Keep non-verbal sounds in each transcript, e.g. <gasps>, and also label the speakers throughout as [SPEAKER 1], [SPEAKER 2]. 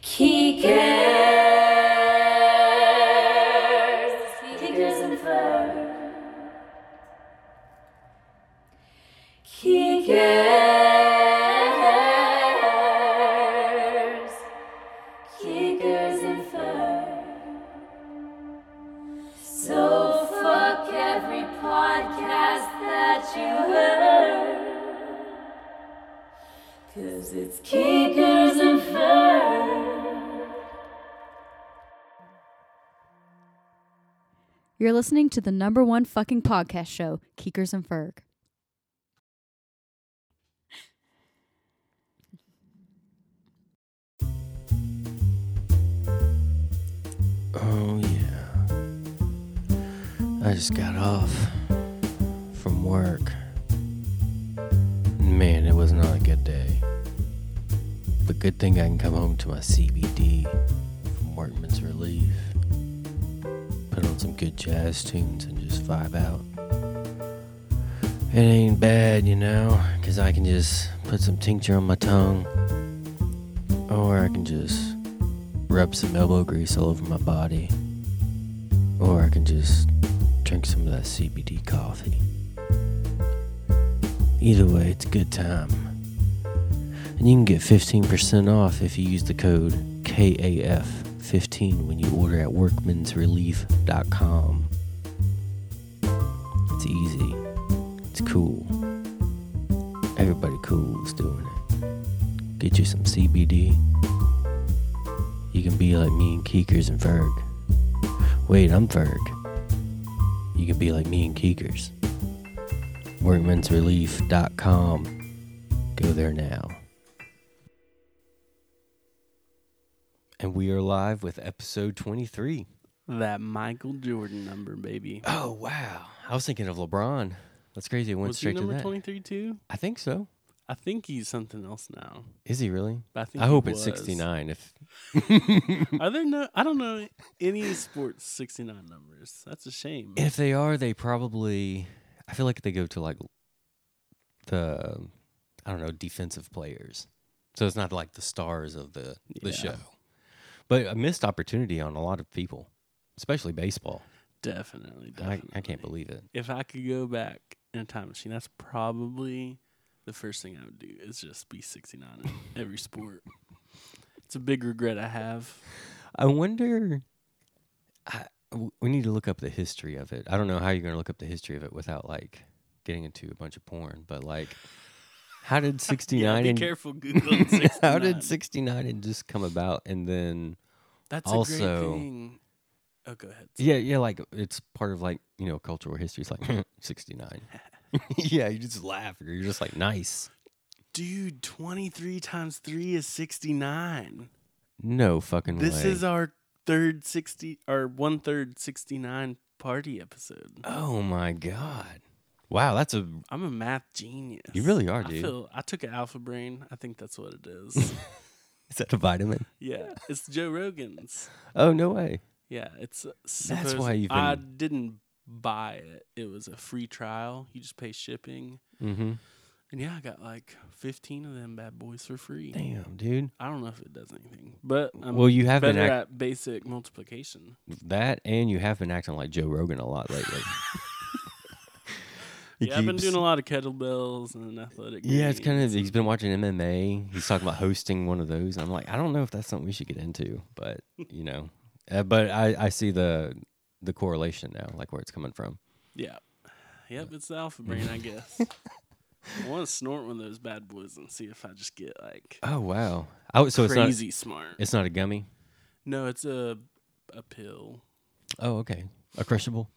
[SPEAKER 1] He cares. He cares in fur. He cares. He cares in fur. So fuck every podcast that you heard. Cause it's kickers and fur.
[SPEAKER 2] You're listening to the number one fucking podcast show, Keekers and Ferg.
[SPEAKER 3] Oh, yeah. I just got off from work. Man, it was not a good day. But good thing I can come home to my CBD from Workman's Relief, put on some good jazz tunes, and just vibe out. It ain't bad, you know, because I can just put some tincture on my tongue, or I can just rub some elbow grease all over my body. Or I can just drink some of that CBD coffee. Either way, it's a good time. And you can get 15% off if you use the code KAF15 when you order at workmansrelief.com. It's easy. It's cool. Everybody cool is doing it. Get you some CBD. You can be like me and Keekers and Ferg. Wait, I'm Ferg. You can be like me and Keekers. Workmansrelief.com. Go there now. And we are live with episode 23.
[SPEAKER 4] That Michael Jordan number, baby.
[SPEAKER 3] Oh, wow. I was thinking of LeBron. That's crazy. It went
[SPEAKER 4] Was he
[SPEAKER 3] straight to
[SPEAKER 4] number
[SPEAKER 3] that.
[SPEAKER 4] 23 too?
[SPEAKER 3] I think so.
[SPEAKER 4] I think he's something else now.
[SPEAKER 3] Is he really?
[SPEAKER 4] But I think
[SPEAKER 3] I
[SPEAKER 4] he
[SPEAKER 3] hope it's
[SPEAKER 4] was.
[SPEAKER 3] 69. If
[SPEAKER 4] <laughs> Are there no? I don't know any sports 69 numbers. That's a shame.
[SPEAKER 3] If they are, they probably. I feel like they go to like the, I don't know, defensive players. So it's not like the stars of the the
[SPEAKER 4] Yeah.
[SPEAKER 3] show, but a missed opportunity on a lot of people, especially baseball.
[SPEAKER 4] Definitely,
[SPEAKER 3] I,
[SPEAKER 4] definitely.
[SPEAKER 3] I can't believe it.
[SPEAKER 4] If I could go back in a time machine, that's probably the first thing I would do is just be 69
[SPEAKER 3] <laughs>
[SPEAKER 4] in every sport. It's a big regret I have.
[SPEAKER 3] I wonder. I, w- we need to look up the history of it. I don't know how you're going to look up the history of it without like getting into a bunch of porn, but like,
[SPEAKER 4] <laughs>
[SPEAKER 3] how did 69
[SPEAKER 4] Be
[SPEAKER 3] and
[SPEAKER 4] careful, Google.
[SPEAKER 3] <laughs> how did 69 and just come about and then
[SPEAKER 4] That's a
[SPEAKER 3] also-
[SPEAKER 4] great thing. Oh, go ahead.
[SPEAKER 3] Yeah, yeah, like it's part of like you know cultural history. It's like <laughs> sixty nine. <laughs> yeah, you just laugh. Or you're just like nice.
[SPEAKER 4] Dude, 23 times 3 is 69.
[SPEAKER 3] No fucking
[SPEAKER 4] This
[SPEAKER 3] way.
[SPEAKER 4] is our third 60 or one third 69 party episode.
[SPEAKER 3] oh my god! Wow, that's a
[SPEAKER 4] I'm a math genius.
[SPEAKER 3] You really are, dude.
[SPEAKER 4] I feel I took an alpha brain. I think that's what
[SPEAKER 3] <laughs>
[SPEAKER 4] it is.
[SPEAKER 3] is that a vitamin?
[SPEAKER 4] yeah, it's Joe Rogan's.
[SPEAKER 3] Oh no way!
[SPEAKER 4] Yeah, it's
[SPEAKER 3] That's why you've
[SPEAKER 4] I
[SPEAKER 3] been-
[SPEAKER 4] didn't buy it. It was a free trial. You just pay shipping.
[SPEAKER 3] Mm-hmm.
[SPEAKER 4] And yeah, I got like 15 of them bad boys for free.
[SPEAKER 3] Damn, dude.
[SPEAKER 4] I don't know if it does anything, but I'm
[SPEAKER 3] well, you have been
[SPEAKER 4] better
[SPEAKER 3] act-
[SPEAKER 4] at basic multiplication.
[SPEAKER 3] that, and you have been acting like Joe Rogan a lot <laughs> lately. He
[SPEAKER 4] Yeah, I've been
[SPEAKER 3] keeps-
[SPEAKER 4] doing a lot of kettlebells and athletic.
[SPEAKER 3] Yeah, it's kind
[SPEAKER 4] games.
[SPEAKER 3] of. He's been watching MMA. He's talking about hosting one of those. I'm like, I don't know if that's something we should get into,
[SPEAKER 4] <laughs>
[SPEAKER 3] but you know, uh, but I I see the the correlation now, like where it's coming from.
[SPEAKER 4] Yeah. Yep, it's the alpha brain,
[SPEAKER 3] <laughs>
[SPEAKER 4] I guess. I want to snort one of those bad boys and see if I just get like
[SPEAKER 3] Oh wow! I, would- so it's not
[SPEAKER 4] crazy smart.
[SPEAKER 3] it's not a gummy.
[SPEAKER 4] no, it's a a pill.
[SPEAKER 3] Oh okay, a crushable.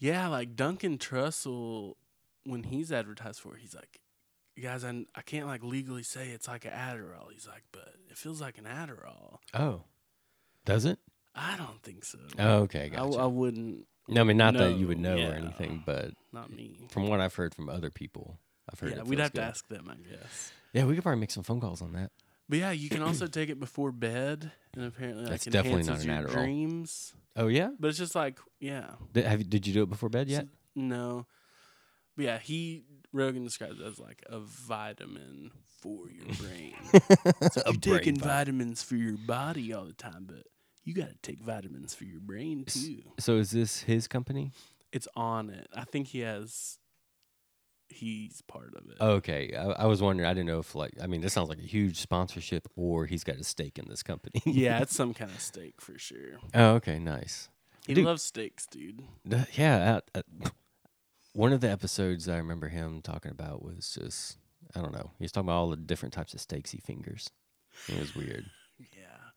[SPEAKER 4] Yeah, like Duncan Trussell, when he's advertised for, it, he's like, guys, I, I can't like legally say it's like an Adderall. He's like, but it feels like an Adderall.
[SPEAKER 3] Oh, does it?
[SPEAKER 4] I don't think so.
[SPEAKER 3] Oh okay,
[SPEAKER 4] I,
[SPEAKER 3] gotcha.
[SPEAKER 4] I wouldn't.
[SPEAKER 3] no, I mean not that you would
[SPEAKER 4] No,
[SPEAKER 3] know or
[SPEAKER 4] yeah.
[SPEAKER 3] anything, but
[SPEAKER 4] Not me.
[SPEAKER 3] from what I've heard from other people, I've heard.
[SPEAKER 4] Yeah,
[SPEAKER 3] it
[SPEAKER 4] we'd
[SPEAKER 3] feels
[SPEAKER 4] have
[SPEAKER 3] good.
[SPEAKER 4] to ask them, I guess.
[SPEAKER 3] Yeah, we could probably make some phone calls on that.
[SPEAKER 4] But yeah, you can also <clears throat> take it before bed, and apparently like,
[SPEAKER 3] That's definitely not
[SPEAKER 4] enhances
[SPEAKER 3] an
[SPEAKER 4] your
[SPEAKER 3] Adderall.
[SPEAKER 4] Dreams,
[SPEAKER 3] Oh yeah.
[SPEAKER 4] but it's just like yeah,
[SPEAKER 3] Did, have you, did you do it before bed yet?
[SPEAKER 4] no. But yeah, he Rogan describes it as like a vitamin for your
[SPEAKER 3] <laughs>
[SPEAKER 4] brain. So
[SPEAKER 3] A
[SPEAKER 4] you're taking
[SPEAKER 3] brain vi-
[SPEAKER 4] vitamins for your body all the time, but you got to take vitamins for your brain
[SPEAKER 3] S-
[SPEAKER 4] too.
[SPEAKER 3] So is this his company?
[SPEAKER 4] It's on it. I think he has. He's part of it.
[SPEAKER 3] Oh. <laughs> Okay, I, I was wondering. I didn't know if like I mean, this sounds like a huge sponsorship, or he's got a stake in this company.
[SPEAKER 4] yeah, it's some kind of steak for sure.
[SPEAKER 3] <laughs> oh, okay, nice.
[SPEAKER 4] He
[SPEAKER 3] Dude.
[SPEAKER 4] loves steaks, dude.
[SPEAKER 3] Th- Yeah. I, I, one of the episodes I remember him talking about was just I don't know. He was talking about all the different types of steaks he fingers. It was weird.
[SPEAKER 4] Yeah,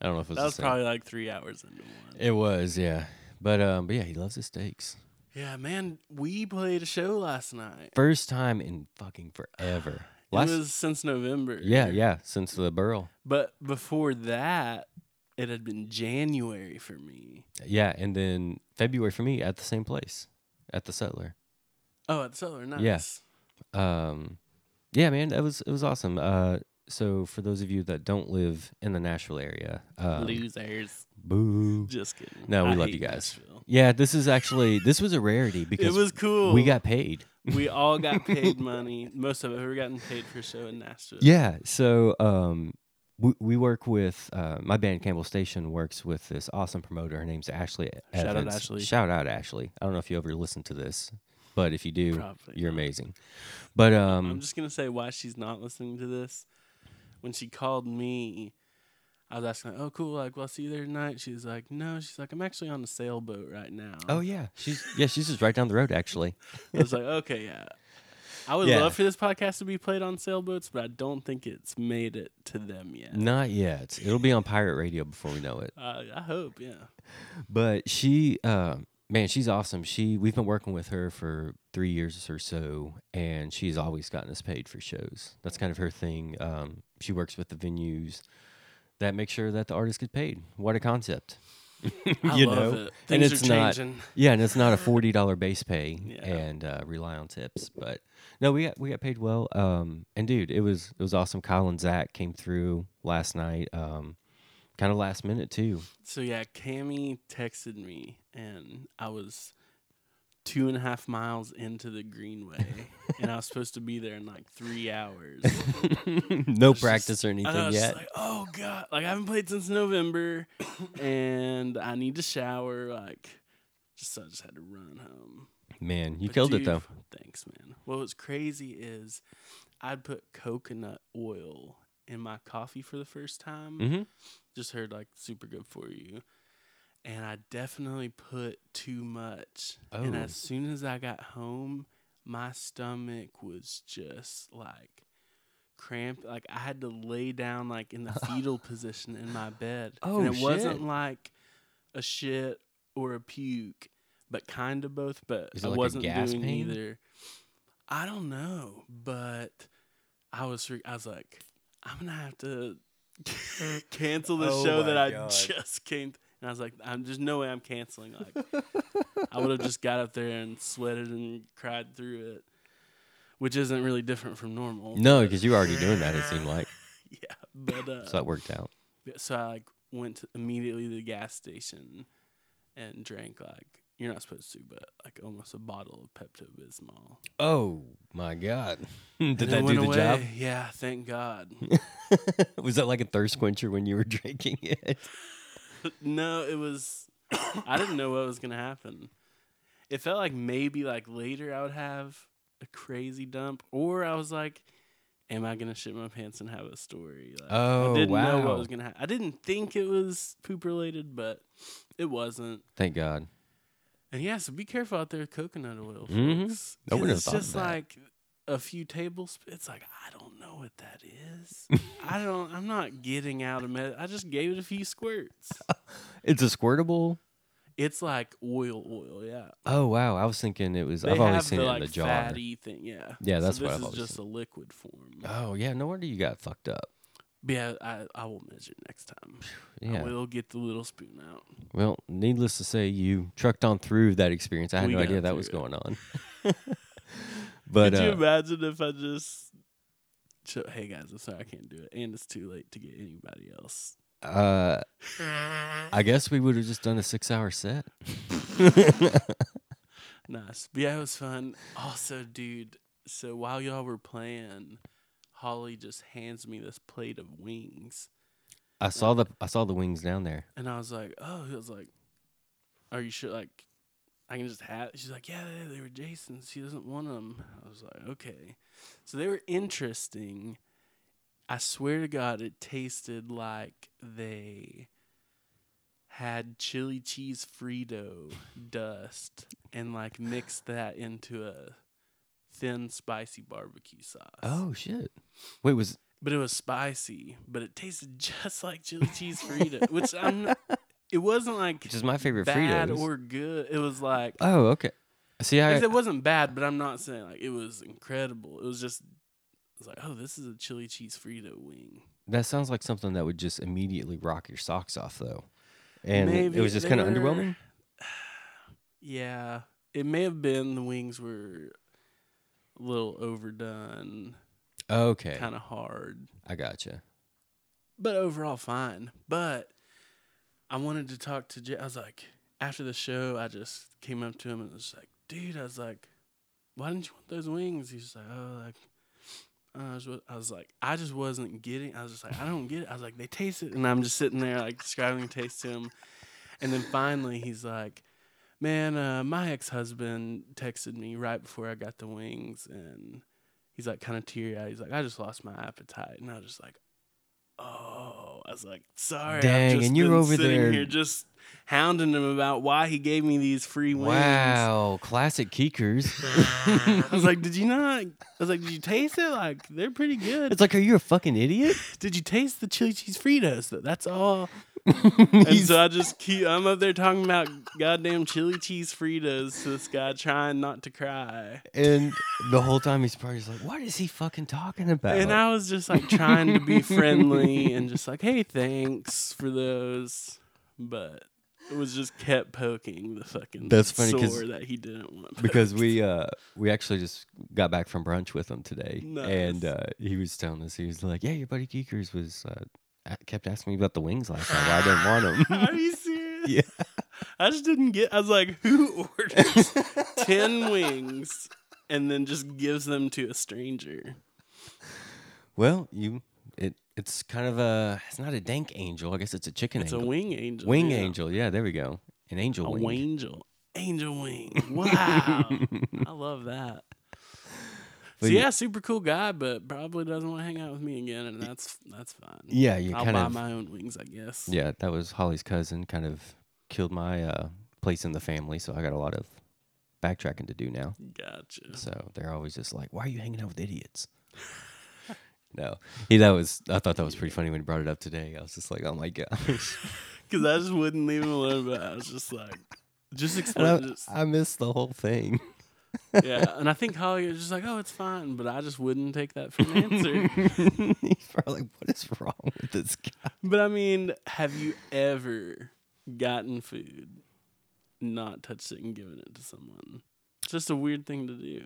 [SPEAKER 3] I don't know if it was.
[SPEAKER 4] that
[SPEAKER 3] the
[SPEAKER 4] was
[SPEAKER 3] same.
[SPEAKER 4] probably like three hours into one.
[SPEAKER 3] It was, yeah. But um, but yeah, he loves his steaks.
[SPEAKER 4] yeah, man, we played a show last night.
[SPEAKER 3] First time in fucking forever. Last,
[SPEAKER 4] <sighs> it was since November.
[SPEAKER 3] yeah, yeah, since the burl.
[SPEAKER 4] But before that, it had been January for me.
[SPEAKER 3] Yeah, and then February for me at the same place, at the Settler.
[SPEAKER 4] Oh, at the cellar, nice.
[SPEAKER 3] Yeah. um yeah man that was it was awesome uh so for those of you that don't live in the nashville area um,
[SPEAKER 4] Losers.
[SPEAKER 3] boo
[SPEAKER 4] Just kidding.
[SPEAKER 3] No, we
[SPEAKER 4] I
[SPEAKER 3] love
[SPEAKER 4] hate
[SPEAKER 3] you guys.
[SPEAKER 4] Nashville.
[SPEAKER 3] yeah this is actually this was a rarity
[SPEAKER 4] <laughs> It
[SPEAKER 3] because
[SPEAKER 4] was cool.
[SPEAKER 3] we got paid
[SPEAKER 4] we
[SPEAKER 3] <laughs>
[SPEAKER 4] all got paid money. Most of it ever gotten paid for a show in Nashville.
[SPEAKER 3] yeah so um we, we work with uh, my band Campbell Station works with this awesome promoter. Her name's Ashley.
[SPEAKER 4] Shout out
[SPEAKER 3] Evans.
[SPEAKER 4] Ashley.
[SPEAKER 3] Shout out Ashley. I don't know if you ever listen to this, but if you do,
[SPEAKER 4] Probably
[SPEAKER 3] you're
[SPEAKER 4] not.
[SPEAKER 3] amazing. But um,
[SPEAKER 4] I'm just gonna say why she's not listening to this. When she called me, I was asking, like, "Oh, cool! Like, well, I'll see you there tonight." She's like, "No," she's like, "I'm actually on a sailboat right now."
[SPEAKER 3] oh yeah, she's yeah she's just right down the road actually.
[SPEAKER 4] I was like, "Okay, yeah." I would
[SPEAKER 3] Yeah.
[SPEAKER 4] love for this podcast to be played on sailboats, but I don't think it's made it to them yet.
[SPEAKER 3] Not yet. It'll be on pirate radio before we know it.
[SPEAKER 4] Uh, I hope, yeah.
[SPEAKER 3] <laughs> But she, uh, man, she's awesome. She, we've been working with her for three years or so, and she's always gotten us paid for shows. That's kind of her thing. Um, she works with the venues that make sure that the artists get paid. What a concept!
[SPEAKER 4] I
[SPEAKER 3] You
[SPEAKER 4] love
[SPEAKER 3] know,
[SPEAKER 4] it.
[SPEAKER 3] and
[SPEAKER 4] Things
[SPEAKER 3] it's
[SPEAKER 4] are
[SPEAKER 3] not-
[SPEAKER 4] changing.
[SPEAKER 3] Yeah, and it's not
[SPEAKER 4] <laughs>
[SPEAKER 3] a forty dollar base pay
[SPEAKER 4] Yeah.
[SPEAKER 3] and uh, rely on tips. But no, we got we got paid well. Um, and dude, it was it was awesome. Kyle and Zach came through last night. Um, kind of last minute
[SPEAKER 4] <laughs>
[SPEAKER 3] too.
[SPEAKER 4] So yeah, Cammy texted me, and I was two and a half miles into the Greenway, and I was supposed to be there in like three
[SPEAKER 3] <laughs>
[SPEAKER 4] hours.
[SPEAKER 3] no
[SPEAKER 4] was just-
[SPEAKER 3] practice or
[SPEAKER 4] And I
[SPEAKER 3] anything
[SPEAKER 4] was just
[SPEAKER 3] yet.
[SPEAKER 4] like, oh god, like I haven't played since November, <coughs> and I need to shower. Like, just so I just had to run home.
[SPEAKER 3] Man, you
[SPEAKER 4] But
[SPEAKER 3] killed it
[SPEAKER 4] dude,
[SPEAKER 3] though.
[SPEAKER 4] Thanks, man. What was crazy is I'd put coconut oil in my coffee for the first time.
[SPEAKER 3] Mm-hmm.
[SPEAKER 4] just heard like super good for you. And I definitely put too much. And
[SPEAKER 3] Oh.
[SPEAKER 4] as soon as I got home, my stomach was just like cramped. Like I had to lay down
[SPEAKER 3] <laughs>
[SPEAKER 4] like in the fetal position in my bed.
[SPEAKER 3] Oh,
[SPEAKER 4] and it wasn't
[SPEAKER 3] shit.
[SPEAKER 4] like a shit or a puke, but kind of both. But
[SPEAKER 3] Is it
[SPEAKER 4] I
[SPEAKER 3] like a
[SPEAKER 4] wasn't
[SPEAKER 3] gas
[SPEAKER 4] doing
[SPEAKER 3] pain?
[SPEAKER 4] either. I don't know, but I was fre- I was like, I'm gonna have to <laughs> cancel the
[SPEAKER 3] Oh
[SPEAKER 4] show that
[SPEAKER 3] my
[SPEAKER 4] I
[SPEAKER 3] God.
[SPEAKER 4] just came. t- and I was like, I'm there's no way I'm canceling. Like, I would have just got up there and sweated and cried through it, which isn't really different from normal.
[SPEAKER 3] No,
[SPEAKER 4] but-
[SPEAKER 3] because you were already doing that. It seemed like
[SPEAKER 4] yeah, but uh,
[SPEAKER 3] so that worked out.
[SPEAKER 4] yeah, so I like went to immediately to the gas station and drank like you're not supposed to, but like almost a bottle of Pepto Bismol.
[SPEAKER 3] Oh my god! <laughs> Did
[SPEAKER 4] And it
[SPEAKER 3] that do
[SPEAKER 4] went
[SPEAKER 3] the job?
[SPEAKER 4] away. Yeah, thank God.
[SPEAKER 3] <laughs> Was that like a thirst quencher when you were <laughs> drinking it?
[SPEAKER 4] no, it was. <coughs> I didn't know what was gonna happen. It felt like maybe like later I would have a crazy dump, or I was like, "Am I gonna shit my pants and have a story?" Like,
[SPEAKER 3] Oh,
[SPEAKER 4] I didn't know
[SPEAKER 3] wow.
[SPEAKER 4] what was gonna happen. I didn't think it was poop related, but it wasn't.
[SPEAKER 3] Thank God.
[SPEAKER 4] And yeah, so be careful out there with coconut oil,
[SPEAKER 3] Mhm.
[SPEAKER 4] folks.
[SPEAKER 3] I wouldn't have
[SPEAKER 4] 'Cause it's
[SPEAKER 3] thought of
[SPEAKER 4] just
[SPEAKER 3] that.
[SPEAKER 4] like a few tablespoons. It's like I don't know what that
[SPEAKER 3] <laughs>
[SPEAKER 4] is. I don't. I'm not getting out of med. I just gave it a few squirts.
[SPEAKER 3] It's a squirtable.
[SPEAKER 4] It's like oil, oil. Yeah,
[SPEAKER 3] Oh wow! I was thinking it was.
[SPEAKER 4] They
[SPEAKER 3] I've
[SPEAKER 4] have
[SPEAKER 3] always seen
[SPEAKER 4] the,
[SPEAKER 3] it
[SPEAKER 4] like,
[SPEAKER 3] in the jar.
[SPEAKER 4] Fatty thing. Yeah.
[SPEAKER 3] Yeah, that's
[SPEAKER 4] so
[SPEAKER 3] what
[SPEAKER 4] this
[SPEAKER 3] I've
[SPEAKER 4] is
[SPEAKER 3] always
[SPEAKER 4] just a liquid form.
[SPEAKER 3] Oh yeah, no wonder you got fucked up.
[SPEAKER 4] But yeah, I, I will measure next time. I
[SPEAKER 3] Yeah.
[SPEAKER 4] will get the little spoon out.
[SPEAKER 3] Well, needless to say, you trucked on through that experience. I had
[SPEAKER 4] We
[SPEAKER 3] no
[SPEAKER 4] got
[SPEAKER 3] idea that was
[SPEAKER 4] through
[SPEAKER 3] going
[SPEAKER 4] <laughs>
[SPEAKER 3] on. <laughs> but
[SPEAKER 4] Could you
[SPEAKER 3] uh,
[SPEAKER 4] imagine if I just? Ch- hey guys, I'm sorry I can't do it, and it's too late to get anybody else.
[SPEAKER 3] Uh, I guess we would have just done a six-hour set.
[SPEAKER 4] Nice. But yeah, it was fun. Also, dude, so while y'all were playing, Holly just hands me this plate of wings.
[SPEAKER 3] I saw the I saw the wings down there.
[SPEAKER 4] And I was like, oh, I was like, are you sure? Like, I can just have. She's like, yeah, they, they were Jason's. She doesn't want them. I was like, okay. So they were interesting. I swear to God, it tasted like they had chili cheese Frito dust and like mixed that into a thin spicy barbecue sauce.
[SPEAKER 3] Oh shit! Wait, was
[SPEAKER 4] But it was spicy, but it tasted <laughs> just like chili cheese Frito, which I'm.
[SPEAKER 3] <laughs>
[SPEAKER 4] Not, it wasn't like
[SPEAKER 3] which is my favorite
[SPEAKER 4] bad
[SPEAKER 3] Fritos?
[SPEAKER 4] or good. It was like
[SPEAKER 3] oh okay. See, I
[SPEAKER 4] like, it wasn't bad, but I'm not saying like it was incredible. It was just it was like, oh, this is a chili cheese Frito wing.
[SPEAKER 3] that sounds like something that would just immediately rock your socks off though, and it
[SPEAKER 4] Maybe
[SPEAKER 3] was just
[SPEAKER 4] they
[SPEAKER 3] kind of
[SPEAKER 4] were-
[SPEAKER 3] underwhelming.
[SPEAKER 4] Yeah, it may have been the wings were a little overdone,
[SPEAKER 3] Okay,
[SPEAKER 4] kind of hard,
[SPEAKER 3] I gotcha.
[SPEAKER 4] but overall fine. But I wanted to talk to Jay. I was like, after the show, I just came up to him and was like, dude, I was like, why didn't you want those wings? He's like, oh, like. uh, I was, I was like, I just wasn't getting. I was just like, I don't get it. I was like, they taste it, and I'm just sitting there like describing the taste to him, and then finally he's like, man, uh, my ex husband texted me right before I got the wings, and he's like kind of teary eyed. He's like, I just lost my appetite, and I was just like, oh, I was like, sorry, I've
[SPEAKER 3] Dang,
[SPEAKER 4] just
[SPEAKER 3] and you're
[SPEAKER 4] been
[SPEAKER 3] over
[SPEAKER 4] sitting
[SPEAKER 3] there-
[SPEAKER 4] here just hounding him about why he gave me these free wings.
[SPEAKER 3] Wow, classic Keekers.
[SPEAKER 4] <laughs>
[SPEAKER 3] <laughs>
[SPEAKER 4] I was like, did you not? I was like, did you taste it? Like, they're pretty good.
[SPEAKER 3] it's like, are you a fucking idiot?
[SPEAKER 4] did you taste the chili cheese Fritos? Though?
[SPEAKER 3] <laughs>
[SPEAKER 4] That's all. And
[SPEAKER 3] He's-
[SPEAKER 4] so I just keep, I'm up there talking about goddamn chili cheese Fritos to this guy trying not to cry.
[SPEAKER 3] and the whole time he's probably just like, what is he fucking talking about?
[SPEAKER 4] And I was just like trying to
[SPEAKER 3] <laughs>
[SPEAKER 4] be friendly and just like, hey, thanks for those. But it was just kept poking the fucking
[SPEAKER 3] That's funny 'cause-
[SPEAKER 4] sore that he didn't want.
[SPEAKER 3] because we uh we actually just got back from brunch with him today and
[SPEAKER 4] Nice.
[SPEAKER 3] uh he was telling us he was like yeah your buddy geekers was uh a- kept asking me about the wings last night why i didn't want
[SPEAKER 4] <laughs> Are
[SPEAKER 3] them
[SPEAKER 4] you serious?
[SPEAKER 3] yeah
[SPEAKER 4] I just didn't get. I was like, who orders ten wings and then just gives them to a stranger?
[SPEAKER 3] <laughs> well you it it's kind of a it's not a dank angel i guess it's a chicken
[SPEAKER 4] It's a
[SPEAKER 3] angel
[SPEAKER 4] wing angel.
[SPEAKER 3] wing
[SPEAKER 4] yeah.
[SPEAKER 3] angel yeah there we go an angel
[SPEAKER 4] A
[SPEAKER 3] wing
[SPEAKER 4] wing angel. Angel
[SPEAKER 3] <laughs>
[SPEAKER 4] wing. Wow. I love that. So
[SPEAKER 3] But
[SPEAKER 4] yeah, super cool guy, but probably doesn't want to hang out with me again, and that's that's fine.
[SPEAKER 3] yeah you
[SPEAKER 4] I'll
[SPEAKER 3] kind
[SPEAKER 4] buy
[SPEAKER 3] of
[SPEAKER 4] my own wings, I guess.
[SPEAKER 3] yeah that was holly's cousin kind of killed my uh place in the family so i got a lot of backtracking to do now
[SPEAKER 4] Mm. Gotcha.
[SPEAKER 3] So they're always just like, "Why are you hanging out with idiots?" <laughs> no, he that was. I thought that was pretty funny when he brought it up today. I was just like, "Oh my <laughs> gosh!"
[SPEAKER 4] Because I just wouldn't leave him alone, but I was just like, just
[SPEAKER 3] And
[SPEAKER 4] explain. just-
[SPEAKER 3] I, I missed the whole thing. <laughs>
[SPEAKER 4] yeah, and I think Holly was just like, "Oh, it's fine," but I just wouldn't take that for an
[SPEAKER 3] <laughs>
[SPEAKER 4] answer.
[SPEAKER 3] He's probably like, "What is wrong with this guy?"
[SPEAKER 4] But I mean, have you ever gotten food, not touched it, and given it to someone? It's just a weird thing to do.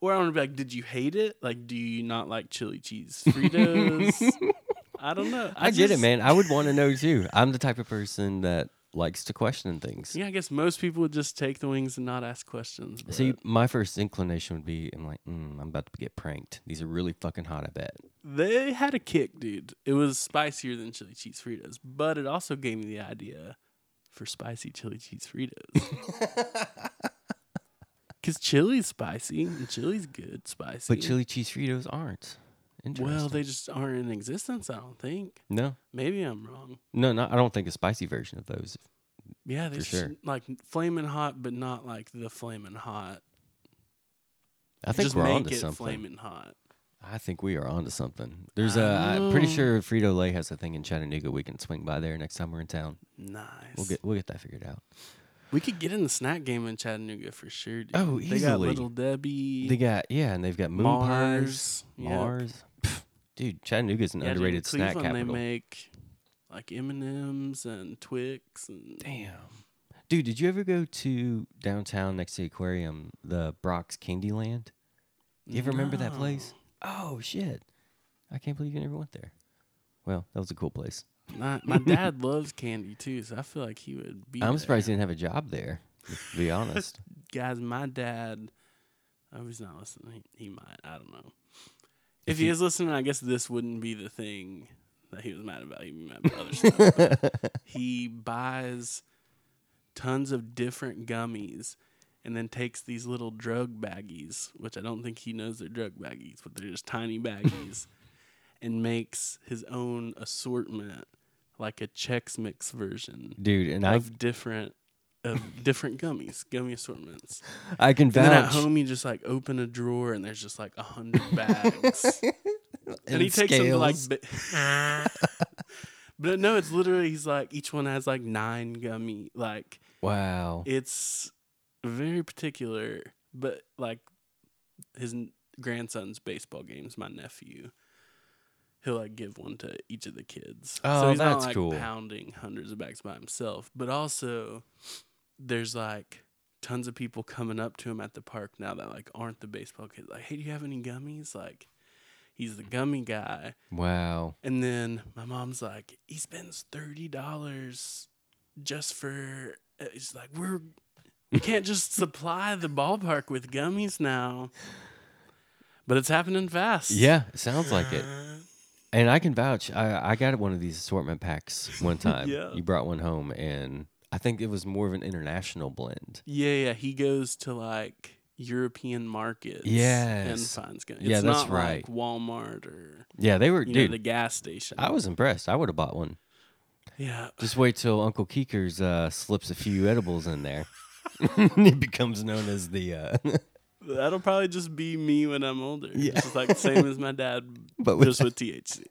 [SPEAKER 4] Or I want to be like, did you hate it? Like, do you not like
[SPEAKER 3] <laughs>
[SPEAKER 4] chili cheese Fritos? <laughs> I don't know.
[SPEAKER 3] I, get it,
[SPEAKER 4] just-
[SPEAKER 3] man. I would want to know too. I'm the type of person that likes to question things.
[SPEAKER 4] Yeah, I guess most people would just take the wings and not ask questions. But
[SPEAKER 3] See, my first inclination would be, I'm like, mm, I'm about to get pranked. These are really fucking hot. I bet.
[SPEAKER 4] they had a kick, dude. It was spicier than chili cheese Fritos, but it also gave me the idea for spicy chili cheese Fritos.
[SPEAKER 3] <laughs>
[SPEAKER 4] Because chili's spicy and chili's good spicy.
[SPEAKER 3] But chili cheese Fritos aren't. Interesting.
[SPEAKER 4] Well, they just aren't in existence, I don't think.
[SPEAKER 3] no,
[SPEAKER 4] Maybe I'm wrong.
[SPEAKER 3] no, no. I don't think a spicy version of those
[SPEAKER 4] Yeah, they
[SPEAKER 3] For sure.
[SPEAKER 4] should like flaming hot, but not like the flaming hot.
[SPEAKER 3] I think
[SPEAKER 4] just
[SPEAKER 3] we're
[SPEAKER 4] make
[SPEAKER 3] onto
[SPEAKER 4] it
[SPEAKER 3] something.
[SPEAKER 4] flaming hot.
[SPEAKER 3] I think we are onto something. There's a.
[SPEAKER 4] I
[SPEAKER 3] I'm pretty
[SPEAKER 4] know.
[SPEAKER 3] sure Frito Lay has a thing in Chattanooga. We can swing by there next time we're in town.
[SPEAKER 4] Nice.
[SPEAKER 3] We'll get we'll get that figured out.
[SPEAKER 4] we could get in the snack game in Chattanooga for sure. Dude.
[SPEAKER 3] Oh,
[SPEAKER 4] They got
[SPEAKER 3] easily.
[SPEAKER 4] Little Debbie.
[SPEAKER 3] They got yeah, and they've got moon pies,
[SPEAKER 4] Mars. yep.
[SPEAKER 3] Mars. Pff, dude, Chattanooga's an
[SPEAKER 4] Yeah, dude, in
[SPEAKER 3] underrated snack
[SPEAKER 4] Cleveland,
[SPEAKER 3] capital.
[SPEAKER 4] They make like M and M's and Twix and
[SPEAKER 3] Damn, dude, did you ever go to downtown next to the aquarium, the Brock's Candyland? You ever remember that place? Oh shit, I can't believe you never went there. Well, that was a cool place.
[SPEAKER 4] My, my
[SPEAKER 3] <laughs>
[SPEAKER 4] dad loves candy too, so I feel like he would be.
[SPEAKER 3] I'm
[SPEAKER 4] there. <laughs>
[SPEAKER 3] surprised he didn't have a job there. To be honest.
[SPEAKER 4] guys, my dad. Oh, he's not listening. He, he might. I don't know. If, he is listening, I guess this wouldn't be the thing that he was mad about. He'd be mad about other stuff. but he buys tons of different gummies and then takes these little drug baggies, which I don't think he knows they're drug baggies, but they're just tiny baggies, and makes his own assortment, like a Chex Mix version
[SPEAKER 3] dude. And I,
[SPEAKER 4] of different
[SPEAKER 3] <laughs>
[SPEAKER 4] of different gummies, gummy assortments.
[SPEAKER 3] I can
[SPEAKER 4] And then at
[SPEAKER 3] vouch.
[SPEAKER 4] home, you just like open a drawer and there's just like
[SPEAKER 3] <laughs>
[SPEAKER 4] a hundred bags, and, he takes them to like.
[SPEAKER 3] scales.
[SPEAKER 4] bi- <laughs> but no, it's literally he's like each one has like nine gummy. Like <laughs>
[SPEAKER 3] wow.
[SPEAKER 4] it's very particular, but like his n- grandson's baseball games, my nephew. He'll like give one to each of the kids.
[SPEAKER 3] Oh,
[SPEAKER 4] so he's
[SPEAKER 3] that's
[SPEAKER 4] not like
[SPEAKER 3] cool.
[SPEAKER 4] pounding hundreds of bags by himself. But also there's like tons of people coming up to him at the park now that like aren't the baseball kids. Like, hey, do you have any gummies? Like he's the gummy guy.
[SPEAKER 3] Wow.
[SPEAKER 4] And then my mom's like, he spends thirty dollars just for. It's like we're we
[SPEAKER 3] <laughs>
[SPEAKER 4] can't just supply the ballpark with gummies now. But it's happening fast.
[SPEAKER 3] Yeah, it sounds like it. And I can vouch. I, I got one of these assortment packs one time.
[SPEAKER 4] <laughs> Yeah.
[SPEAKER 3] You brought one home, and I think it was more of an international blend.
[SPEAKER 4] Yeah, yeah. He goes to like European markets. And
[SPEAKER 3] Yes.
[SPEAKER 4] finds gummies.
[SPEAKER 3] Yeah,
[SPEAKER 4] it's
[SPEAKER 3] that's
[SPEAKER 4] not
[SPEAKER 3] right.
[SPEAKER 4] Like Walmart or
[SPEAKER 3] Yeah, they were,
[SPEAKER 4] you
[SPEAKER 3] dude.
[SPEAKER 4] know the gas station.
[SPEAKER 3] I was impressed. I would have bought one.
[SPEAKER 4] yeah.
[SPEAKER 3] Just wait till Uncle Keekers uh, slips a few edibles in there. <laughs> it becomes known as the. Uh, <laughs>
[SPEAKER 4] That'll probably just be me when I'm older.
[SPEAKER 3] Yeah.
[SPEAKER 4] It's just like same as my dad,
[SPEAKER 3] <laughs> But
[SPEAKER 4] but
[SPEAKER 3] with-
[SPEAKER 4] just with THC.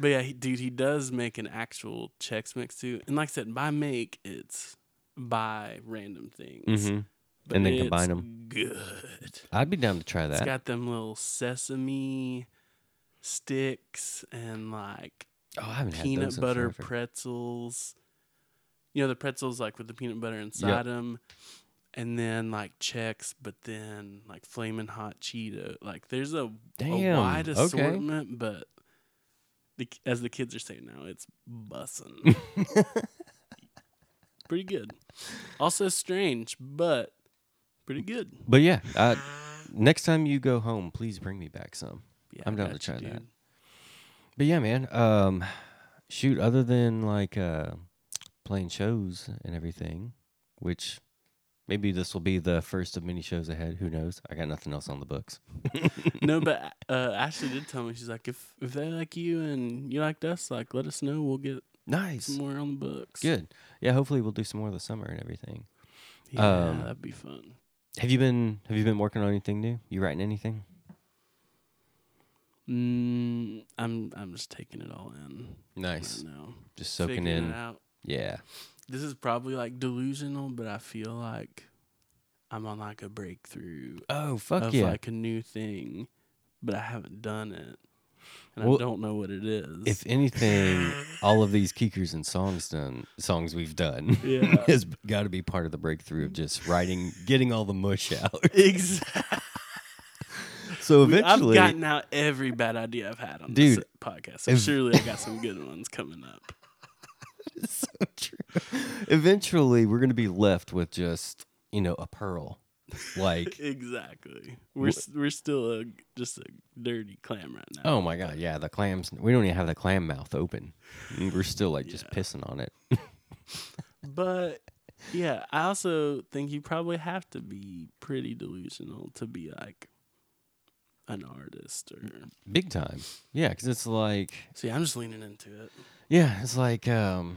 [SPEAKER 4] but yeah, he, dude, he does make an actual Chex Mix too. And like I said, by make, it's by random things.
[SPEAKER 3] Mhm.
[SPEAKER 4] Mm-hmm. But
[SPEAKER 3] And then combine
[SPEAKER 4] it's
[SPEAKER 3] 'em.
[SPEAKER 4] Good.
[SPEAKER 3] I'd be down to try
[SPEAKER 4] It's
[SPEAKER 3] that.
[SPEAKER 4] got them little sesame sticks and like
[SPEAKER 3] oh, I haven't had those
[SPEAKER 4] peanut
[SPEAKER 3] in
[SPEAKER 4] butter
[SPEAKER 3] forever.
[SPEAKER 4] pretzels. You know the pretzels like with the peanut butter inside them, and then like Chex, but then like flaming hot Cheeto. Like there's a, a
[SPEAKER 3] Damn,
[SPEAKER 4] wide
[SPEAKER 3] okay.
[SPEAKER 4] assortment, but the, as the kids are saying now, it's
[SPEAKER 3] <laughs>
[SPEAKER 4] bussin'. pretty good. Also strange, but pretty good.
[SPEAKER 3] But yeah, uh, next time you go home, please bring me back some.
[SPEAKER 4] Yeah,
[SPEAKER 3] I'm
[SPEAKER 4] I
[SPEAKER 3] down to
[SPEAKER 4] got you,
[SPEAKER 3] try that.
[SPEAKER 4] dude.
[SPEAKER 3] But yeah, man. Um, shoot. Other than like uh, playing shows and everything, which maybe this will be the first of many shows ahead. Who knows? I got nothing else on the books.
[SPEAKER 4] no, but uh, Ashley did tell me she's like, if if they like you and you liked us, like let us know. We'll get some
[SPEAKER 3] Nice.
[SPEAKER 4] more on the books.
[SPEAKER 3] Good. Yeah. Hopefully, we'll do some more this summer and everything.
[SPEAKER 4] Yeah,
[SPEAKER 3] Um,
[SPEAKER 4] that'd be fun.
[SPEAKER 3] Have you been Have you been working on anything new? You writing anything?
[SPEAKER 4] Mm, I'm I'm just taking it all in.
[SPEAKER 3] Nice.
[SPEAKER 4] Right now.
[SPEAKER 3] Just soaking
[SPEAKER 4] Figuring
[SPEAKER 3] in.
[SPEAKER 4] It out.
[SPEAKER 3] Yeah.
[SPEAKER 4] This is probably like delusional, but I feel like I'm on like a breakthrough
[SPEAKER 3] Oh fuck
[SPEAKER 4] of
[SPEAKER 3] yeah.
[SPEAKER 4] like a new thing, but I haven't done it, and
[SPEAKER 3] Well,
[SPEAKER 4] I don't know what it is.
[SPEAKER 3] if anything, all of these kickers and songs done songs we've done
[SPEAKER 4] Yeah.
[SPEAKER 3] <laughs> has got to be part of the breakthrough of just writing, getting all the mush out.
[SPEAKER 4] <laughs> exactly.
[SPEAKER 3] So
[SPEAKER 4] We-
[SPEAKER 3] eventually,
[SPEAKER 4] I've gotten out every bad idea I've had on this
[SPEAKER 3] Dude,
[SPEAKER 4] podcast. So
[SPEAKER 3] if-
[SPEAKER 4] surely I got some good ones coming up.
[SPEAKER 3] <laughs> so true. <laughs> Eventually, we're gonna be left with just you know a pearl, like
[SPEAKER 4] Exactly. We're s- we're still a, just a dirty clam right now.
[SPEAKER 3] oh my god, yeah, the clams. We don't even have the clam mouth open. Mm, We're still like just pissing on it.
[SPEAKER 4] But yeah, I also think you probably have to be pretty delusional to be like an artist or
[SPEAKER 3] Big time, yeah, because it's like
[SPEAKER 4] see I'm just leaning into it.
[SPEAKER 3] Yeah, it's like um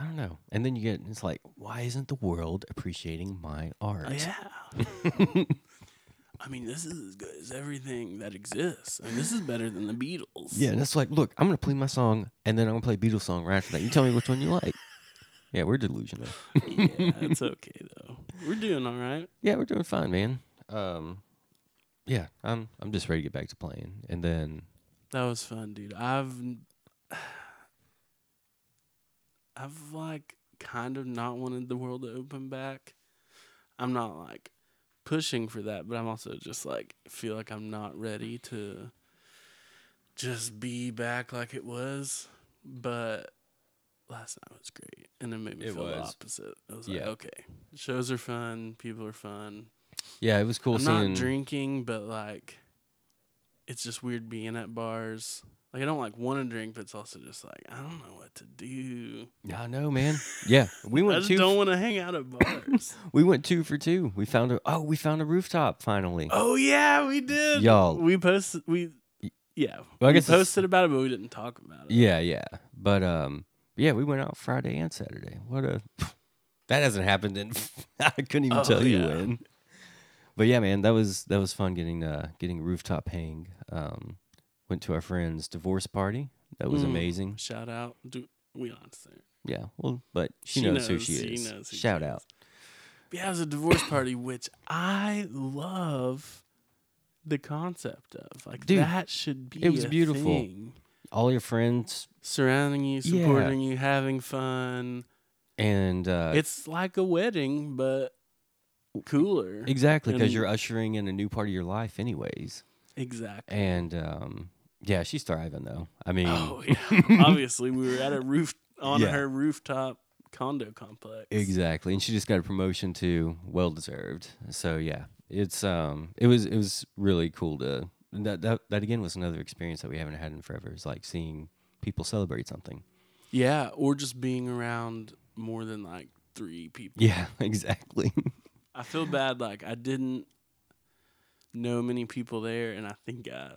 [SPEAKER 3] I don't know. And then you get it's like why isn't the world appreciating my art?
[SPEAKER 4] Oh, <laughs> yeah. I mean, this is as good as everything that exists. I mean, this is better than the Beatles.
[SPEAKER 3] Yeah, and it's like, look, I'm going to play my song and then I'm going to play Beatles song right after that. You tell me which one you like. Yeah, we're delusional.
[SPEAKER 4] yeah, it's okay though. We're doing all right.
[SPEAKER 3] Yeah, we're doing fine, man. Um yeah, I'm I'm just ready to get back to playing. And then
[SPEAKER 4] That was fun, dude. I've I've like kind of not wanted the world to open back. I'm not like pushing for that, but I'm also just like feel like I'm not ready to just be back like it was. But last night was great, and it made me
[SPEAKER 3] It
[SPEAKER 4] feel the
[SPEAKER 3] was.
[SPEAKER 4] opposite. I was like,
[SPEAKER 3] Yeah.
[SPEAKER 4] okay, shows are fun, people are fun.
[SPEAKER 3] Yeah, it was cool
[SPEAKER 4] I'm
[SPEAKER 3] seeing.
[SPEAKER 4] not drinking, but like, it's just weird being at bars. Like, I don't like want to drink, but it's also just like I don't know what to do.
[SPEAKER 3] I know, man. Yeah, we
[SPEAKER 4] <laughs> I
[SPEAKER 3] went
[SPEAKER 4] just
[SPEAKER 3] two.
[SPEAKER 4] don't want to hang out at
[SPEAKER 3] <laughs>
[SPEAKER 4] bars.
[SPEAKER 3] we went two for two. We found a. Oh, we found a rooftop finally.
[SPEAKER 4] oh yeah, we did.
[SPEAKER 3] Y'all.
[SPEAKER 4] we posted we. Yeah,
[SPEAKER 3] Well, I
[SPEAKER 4] we
[SPEAKER 3] guess it's-
[SPEAKER 4] posted about it, but we didn't talk about it.
[SPEAKER 3] Yeah, yeah. But um, yeah, we went out Friday and Saturday. What a <laughs> that hasn't happened in <laughs> I couldn't even
[SPEAKER 4] Oh,
[SPEAKER 3] tell you
[SPEAKER 4] yeah.
[SPEAKER 3] when. But yeah, man, that was that was fun getting uh getting a rooftop hang. Um, went to our friend's divorce party. That was
[SPEAKER 4] Mm.
[SPEAKER 3] amazing.
[SPEAKER 4] Shout out, do we honestly?
[SPEAKER 3] Yeah, well, but she,
[SPEAKER 4] She
[SPEAKER 3] knows, who
[SPEAKER 4] knows,
[SPEAKER 3] she
[SPEAKER 4] she
[SPEAKER 3] is.
[SPEAKER 4] knows who she
[SPEAKER 3] Shout
[SPEAKER 4] is.
[SPEAKER 3] out.
[SPEAKER 4] Yeah, it was a divorce
[SPEAKER 3] <coughs>
[SPEAKER 4] party, which I love the concept of. Like
[SPEAKER 3] Dude,
[SPEAKER 4] that should be
[SPEAKER 3] it was
[SPEAKER 4] a
[SPEAKER 3] beautiful.
[SPEAKER 4] thing.
[SPEAKER 3] All your friends
[SPEAKER 4] Surrounding you,
[SPEAKER 3] Yeah.
[SPEAKER 4] supporting you, having fun.
[SPEAKER 3] and uh,
[SPEAKER 4] it's like a wedding, but cooler.
[SPEAKER 3] exactly
[SPEAKER 4] and-
[SPEAKER 3] because you're ushering in a new part of your life, anyways.
[SPEAKER 4] exactly.
[SPEAKER 3] And um, yeah, she's thriving though. I mean,
[SPEAKER 4] Oh <laughs> yeah. Obviously we were at a roof on
[SPEAKER 3] Yeah.
[SPEAKER 4] her rooftop condo complex.
[SPEAKER 3] Exactly, and she just got a promotion too, well deserved. So yeah, it's um, it was it was really cool to that that that again was another experience that we haven't had in forever. Is like seeing people celebrate something. <laughs>
[SPEAKER 4] Yeah, or just being around more than like three people.
[SPEAKER 3] Yeah, exactly.
[SPEAKER 4] I feel bad. Like I didn't know many people there, and I think I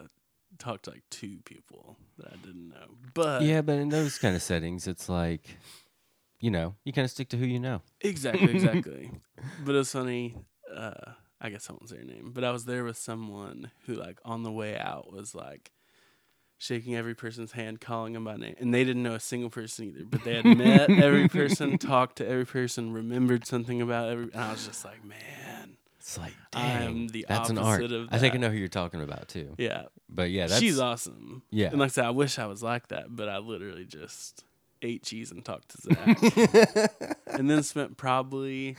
[SPEAKER 4] talked to like two people that I didn't know. But
[SPEAKER 3] yeah, but in those kind of settings, it's like, you know, you kind of stick to who you know.
[SPEAKER 4] exactly, exactly. but it's funny. Uh, I guess I won't say her name, but I was there with someone who, like, on the way out, was like shaking every person's hand, calling them by name, and they didn't know a single person either. But they had met every person, talked to every person, remembered something about every. And I was just like, man,
[SPEAKER 3] It's like,
[SPEAKER 4] I am
[SPEAKER 3] dang,
[SPEAKER 4] the
[SPEAKER 3] that's an art.
[SPEAKER 4] opposite of
[SPEAKER 3] I think I
[SPEAKER 4] that.
[SPEAKER 3] know who you're talking about too.
[SPEAKER 4] yeah,
[SPEAKER 3] But yeah, that's
[SPEAKER 4] she's awesome.
[SPEAKER 3] yeah.
[SPEAKER 4] And like I said, I wish I was like that, but I literally just ate cheese and talked to Zach.
[SPEAKER 3] <laughs>
[SPEAKER 4] and then spent probably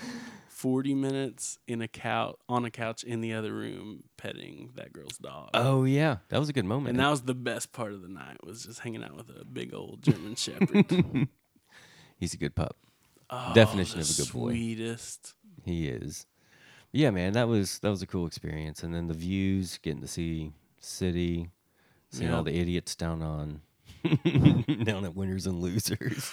[SPEAKER 4] 40 minutes in a couch on a couch in the other room petting that girl's dog.
[SPEAKER 3] oh yeah, that was a good moment.
[SPEAKER 4] and that was the best part of the night was just hanging out with a big old
[SPEAKER 3] <laughs>
[SPEAKER 4] German shepherd.
[SPEAKER 3] He's a good pup.
[SPEAKER 4] Oh,
[SPEAKER 3] Definition
[SPEAKER 4] the
[SPEAKER 3] of a good boy.
[SPEAKER 4] Sweetest.
[SPEAKER 3] He is. Yeah, man, that was that was a cool experience. And then the views, getting to see city, seeing all
[SPEAKER 4] Yeah.
[SPEAKER 3] the idiots down <laughs> on down at winners and <laughs> losers.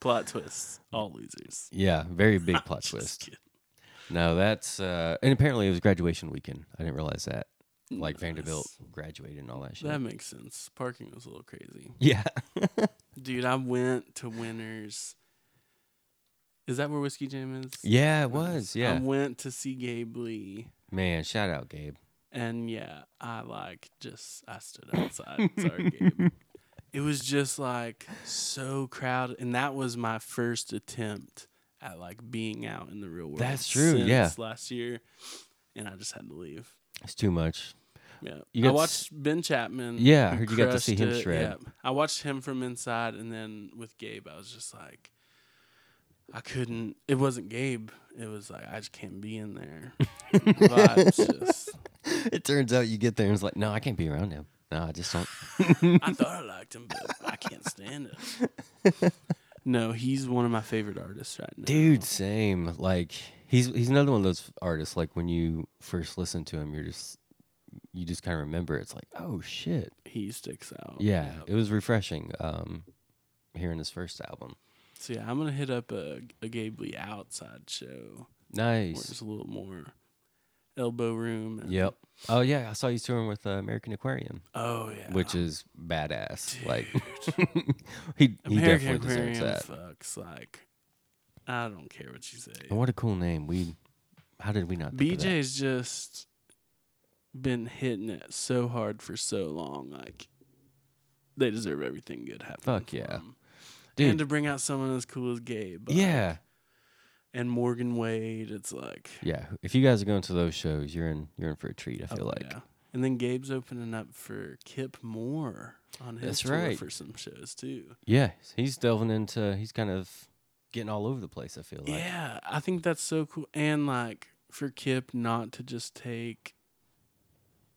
[SPEAKER 4] Plot twists. All losers.
[SPEAKER 3] Yeah, very big plot
[SPEAKER 4] Just
[SPEAKER 3] twist.
[SPEAKER 4] kidding.
[SPEAKER 3] No, that's uh and apparently it was graduation weekend. I didn't realize that. Like
[SPEAKER 4] Nice.
[SPEAKER 3] Vanderbilt graduated and all that shit.
[SPEAKER 4] That makes sense. Parking was a little crazy.
[SPEAKER 3] <laughs> yeah.
[SPEAKER 4] Dude, I went to Winners. Is that where Whiskey Jam is?
[SPEAKER 3] Yeah, it was.
[SPEAKER 4] I
[SPEAKER 3] Yeah.
[SPEAKER 4] went to see Gabe Lee,
[SPEAKER 3] Man, shout out Gabe.
[SPEAKER 4] and yeah, I like just I stood
[SPEAKER 3] <laughs>
[SPEAKER 4] outside. Sorry, Gabe. It was just like so crowded, and that was my first attempt at like being out in the real world.
[SPEAKER 3] That's true, yeah.
[SPEAKER 4] since last year, and I just had to leave.
[SPEAKER 3] It's too much.
[SPEAKER 4] Yeah,
[SPEAKER 3] You
[SPEAKER 4] I
[SPEAKER 3] got s-
[SPEAKER 4] watched Ben Chapman.
[SPEAKER 3] Yeah, I
[SPEAKER 4] who
[SPEAKER 3] heard you got to see
[SPEAKER 4] crushed
[SPEAKER 3] him
[SPEAKER 4] it.
[SPEAKER 3] shred.
[SPEAKER 4] Yeah. I watched him from inside, and then with Gabe, I was just like, I couldn't. It wasn't Gabe. It was like I just can't be
[SPEAKER 3] <laughs>
[SPEAKER 4] in there. Vibes just.
[SPEAKER 3] <laughs> It turns out you get there and it's like, no, I can't be around him. No, I just don't
[SPEAKER 4] I thought I liked him, but I can't stand it. No, he's one of my favorite artists right now.
[SPEAKER 3] Dude, same. Like he's he's another one of those artists. Like when you first listen to him, you're just you just kind of remember. It's like, oh shit,
[SPEAKER 4] he sticks out.
[SPEAKER 3] yeah. It was refreshing. Um, hearing his first album,
[SPEAKER 4] So yeah, I'm gonna hit up a, a Gabe Lee outside show where
[SPEAKER 3] nice.
[SPEAKER 4] there's a little more elbow room. and-
[SPEAKER 3] Yep. Oh yeah, I saw you touring with uh, American Aquarium,
[SPEAKER 4] Oh yeah.
[SPEAKER 3] which is badass. Like <laughs> he he
[SPEAKER 4] American
[SPEAKER 3] definitely deserves
[SPEAKER 4] Aquarium
[SPEAKER 3] that.
[SPEAKER 4] fucks like I don't care what you say.
[SPEAKER 3] And what a cool name. We how did we not think of that?
[SPEAKER 4] BJ's just been hitting it so hard for so long, like they deserve everything good happening.
[SPEAKER 3] Fuck
[SPEAKER 4] for
[SPEAKER 3] yeah.
[SPEAKER 4] 'em.
[SPEAKER 3] Dude.
[SPEAKER 4] And to bring out someone as cool as Gabe. like,
[SPEAKER 3] Yeah,
[SPEAKER 4] and Morgan Wade, it's like
[SPEAKER 3] yeah. If you guys are going to those shows, you're in you're in for a treat. I feel
[SPEAKER 4] oh,
[SPEAKER 3] like.
[SPEAKER 4] yeah. And then Gabe's opening up for Kip Moore on
[SPEAKER 3] That's
[SPEAKER 4] his tour
[SPEAKER 3] right.
[SPEAKER 4] for some shows too.
[SPEAKER 3] Yeah, he's delving into. He's kind of getting all over the place. I feel like.
[SPEAKER 4] Yeah, I think that's so cool. And like for Kip not to just take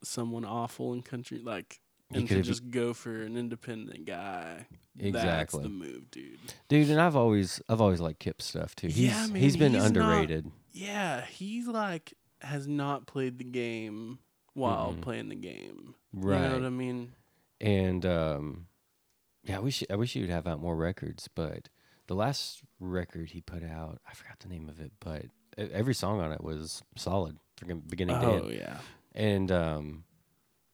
[SPEAKER 4] someone awful in country, like
[SPEAKER 3] You
[SPEAKER 4] and to
[SPEAKER 3] could've-
[SPEAKER 4] just go for an independent guy. That's
[SPEAKER 3] Exactly.
[SPEAKER 4] the move, dude.
[SPEAKER 3] dude. And I've always I've always liked Kip's stuff too. He's
[SPEAKER 4] Yeah, I
[SPEAKER 3] he's
[SPEAKER 4] mean,
[SPEAKER 3] been
[SPEAKER 4] he's not-
[SPEAKER 3] underrated.
[SPEAKER 4] Yeah, he like has not played the game while
[SPEAKER 3] Mhm.
[SPEAKER 4] playing the game.
[SPEAKER 3] Right.
[SPEAKER 4] You know what I mean?
[SPEAKER 3] and um yeah, I wish I wish he would have out more records, but the last record he put out, I forgot the name of it, but e- every song on it was solid from beginning to end.
[SPEAKER 4] Oh yeah.
[SPEAKER 3] and um,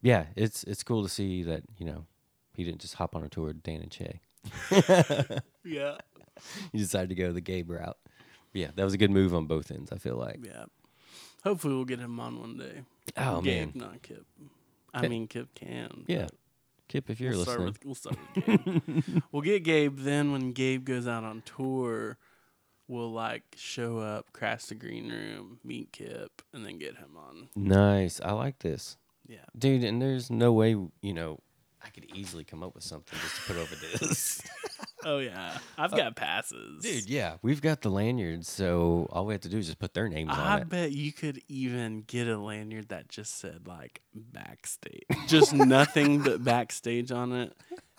[SPEAKER 3] yeah, it's it's cool to see that you know he didn't just hop on a tour with Dan and Che. <laughs>
[SPEAKER 4] Yeah.
[SPEAKER 3] He decided to go the Gabe route. But yeah, that was a good move on both ends. I feel like.
[SPEAKER 4] Yeah. Hopefully we'll get him on one day.
[SPEAKER 3] Oh
[SPEAKER 4] Gabe,
[SPEAKER 3] man,
[SPEAKER 4] not Kip. I mean Kip can.
[SPEAKER 3] yeah,
[SPEAKER 4] but
[SPEAKER 3] Kip, if you're
[SPEAKER 4] we'll
[SPEAKER 3] listening,
[SPEAKER 4] Start with, we'll start with Gabe.
[SPEAKER 3] <laughs>
[SPEAKER 4] we'll get Gabe then when Gabe goes out on tour, we'll like show up, crash the green room, meet Kip, and then get him on.
[SPEAKER 3] nice. I like this,
[SPEAKER 4] Yeah.
[SPEAKER 3] dude. And there's no way you know I could easily come up with something just to put over
[SPEAKER 4] <laughs>
[SPEAKER 3] this, <laughs>
[SPEAKER 4] Oh yeah. I've got passes.
[SPEAKER 3] dude. Yeah, we've got the lanyards, so all we have to do is just put their names
[SPEAKER 4] I
[SPEAKER 3] on it.
[SPEAKER 4] bet you could even get a lanyard that just said like backstage, just
[SPEAKER 3] <laughs>
[SPEAKER 4] nothing but backstage on it,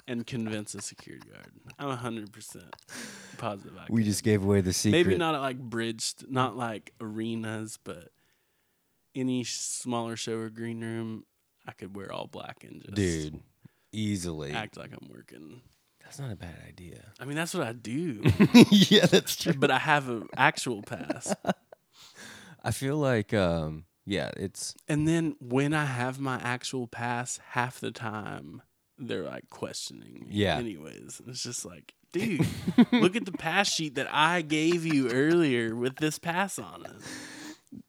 [SPEAKER 4] and convince a security guard. I'm hundred percent positive. I
[SPEAKER 3] We
[SPEAKER 4] could.
[SPEAKER 3] just gave away the secret.
[SPEAKER 4] maybe not at like bridged, not like arenas, but any sh- smaller show or green room, I could wear all black and just
[SPEAKER 3] dude. Easily,
[SPEAKER 4] act like I'm working.
[SPEAKER 3] that's not a bad idea.
[SPEAKER 4] I mean, that's what I do,
[SPEAKER 3] <laughs> yeah, that's true.
[SPEAKER 4] but I have an actual pass.
[SPEAKER 3] I feel like um yeah, it's
[SPEAKER 4] And then when I have my actual pass, half the time they're like questioning me.
[SPEAKER 3] Yeah.
[SPEAKER 4] Anyways, it's just like, dude, look at the pass sheet that I gave you earlier with this pass on it.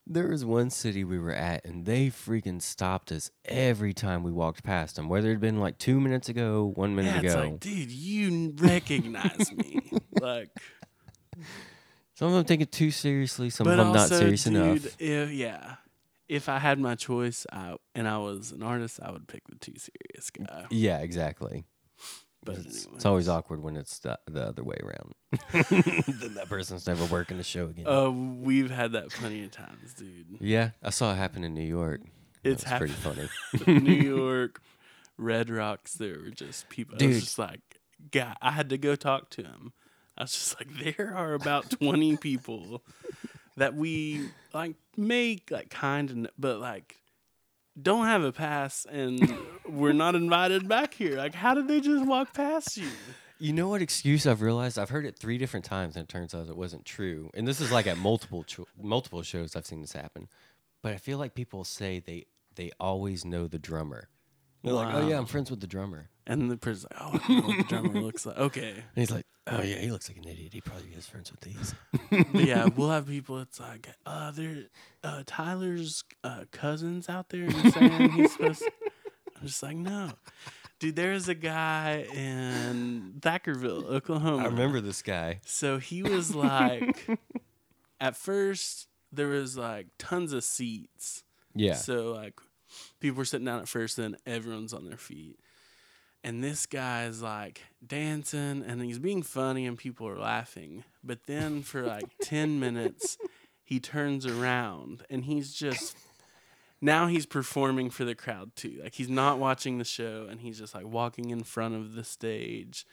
[SPEAKER 3] there was one city we were at and they freaking stopped us every time we walked past them, whether it'd been like 2 minutes ago, 1 minute
[SPEAKER 4] Yeah, it's
[SPEAKER 3] ago.
[SPEAKER 4] like, dude, you recognize me. like,
[SPEAKER 3] some of them take it too seriously, some
[SPEAKER 4] but
[SPEAKER 3] of them
[SPEAKER 4] also,
[SPEAKER 3] not serious
[SPEAKER 4] dude,
[SPEAKER 3] enough.
[SPEAKER 4] If, yeah. If I had my choice I, and I was an artist, I would pick the too serious guy.
[SPEAKER 3] Yeah, exactly.
[SPEAKER 4] But
[SPEAKER 3] it's,
[SPEAKER 4] anyway.
[SPEAKER 3] it's always awkward when it's the, the other way
[SPEAKER 4] <laughs>
[SPEAKER 3] around. <laughs> then that person's never working the show again.
[SPEAKER 4] Uh, we've had that plenty of times, dude.
[SPEAKER 3] yeah, I saw it happen in New York.
[SPEAKER 4] It's
[SPEAKER 3] that was
[SPEAKER 4] happened.
[SPEAKER 3] pretty funny. <laughs>
[SPEAKER 4] New York Red Rocks. There were just people. I
[SPEAKER 3] Dude.
[SPEAKER 4] was just like, God, I had to go talk to him. I was just like, there are
[SPEAKER 3] <laughs>
[SPEAKER 4] about twenty people that we like make like kind and but like don't have a pass and we're not invited back here. Like, how did they just walk past you?
[SPEAKER 3] You know what excuse I've realized? I've heard it three different times, and it turns out it wasn't true. And this is like at multiple cho- multiple shows I've seen this happen. But I feel like people say they they always know the drummer. They're like, oh yeah, I'm friends with the drummer.
[SPEAKER 4] And the person's like, oh, I don't know what the drummer looks like. Okay,
[SPEAKER 3] And he's like, oh yeah, he looks like an idiot. He probably is friends with these.
[SPEAKER 4] But yeah, we'll have people. It's like, uh, there, uh, Tyler's uh, cousins out there. And saying he's supposed. To, I'm just like, no, dude. There is a guy in Thackerville, Oklahoma.
[SPEAKER 3] I remember this guy.
[SPEAKER 4] So he was like, at first there was like tons of seats.
[SPEAKER 3] Yeah.
[SPEAKER 4] So like people were sitting down at first, then everyone's on their feet. And this guy's like dancing and he's being funny and people are laughing. But then for
[SPEAKER 3] <laughs>
[SPEAKER 4] like 10 minutes, he turns around and he's just now he's performing for the crowd too. Like he's not watching the show and he's just like walking in front of the stage,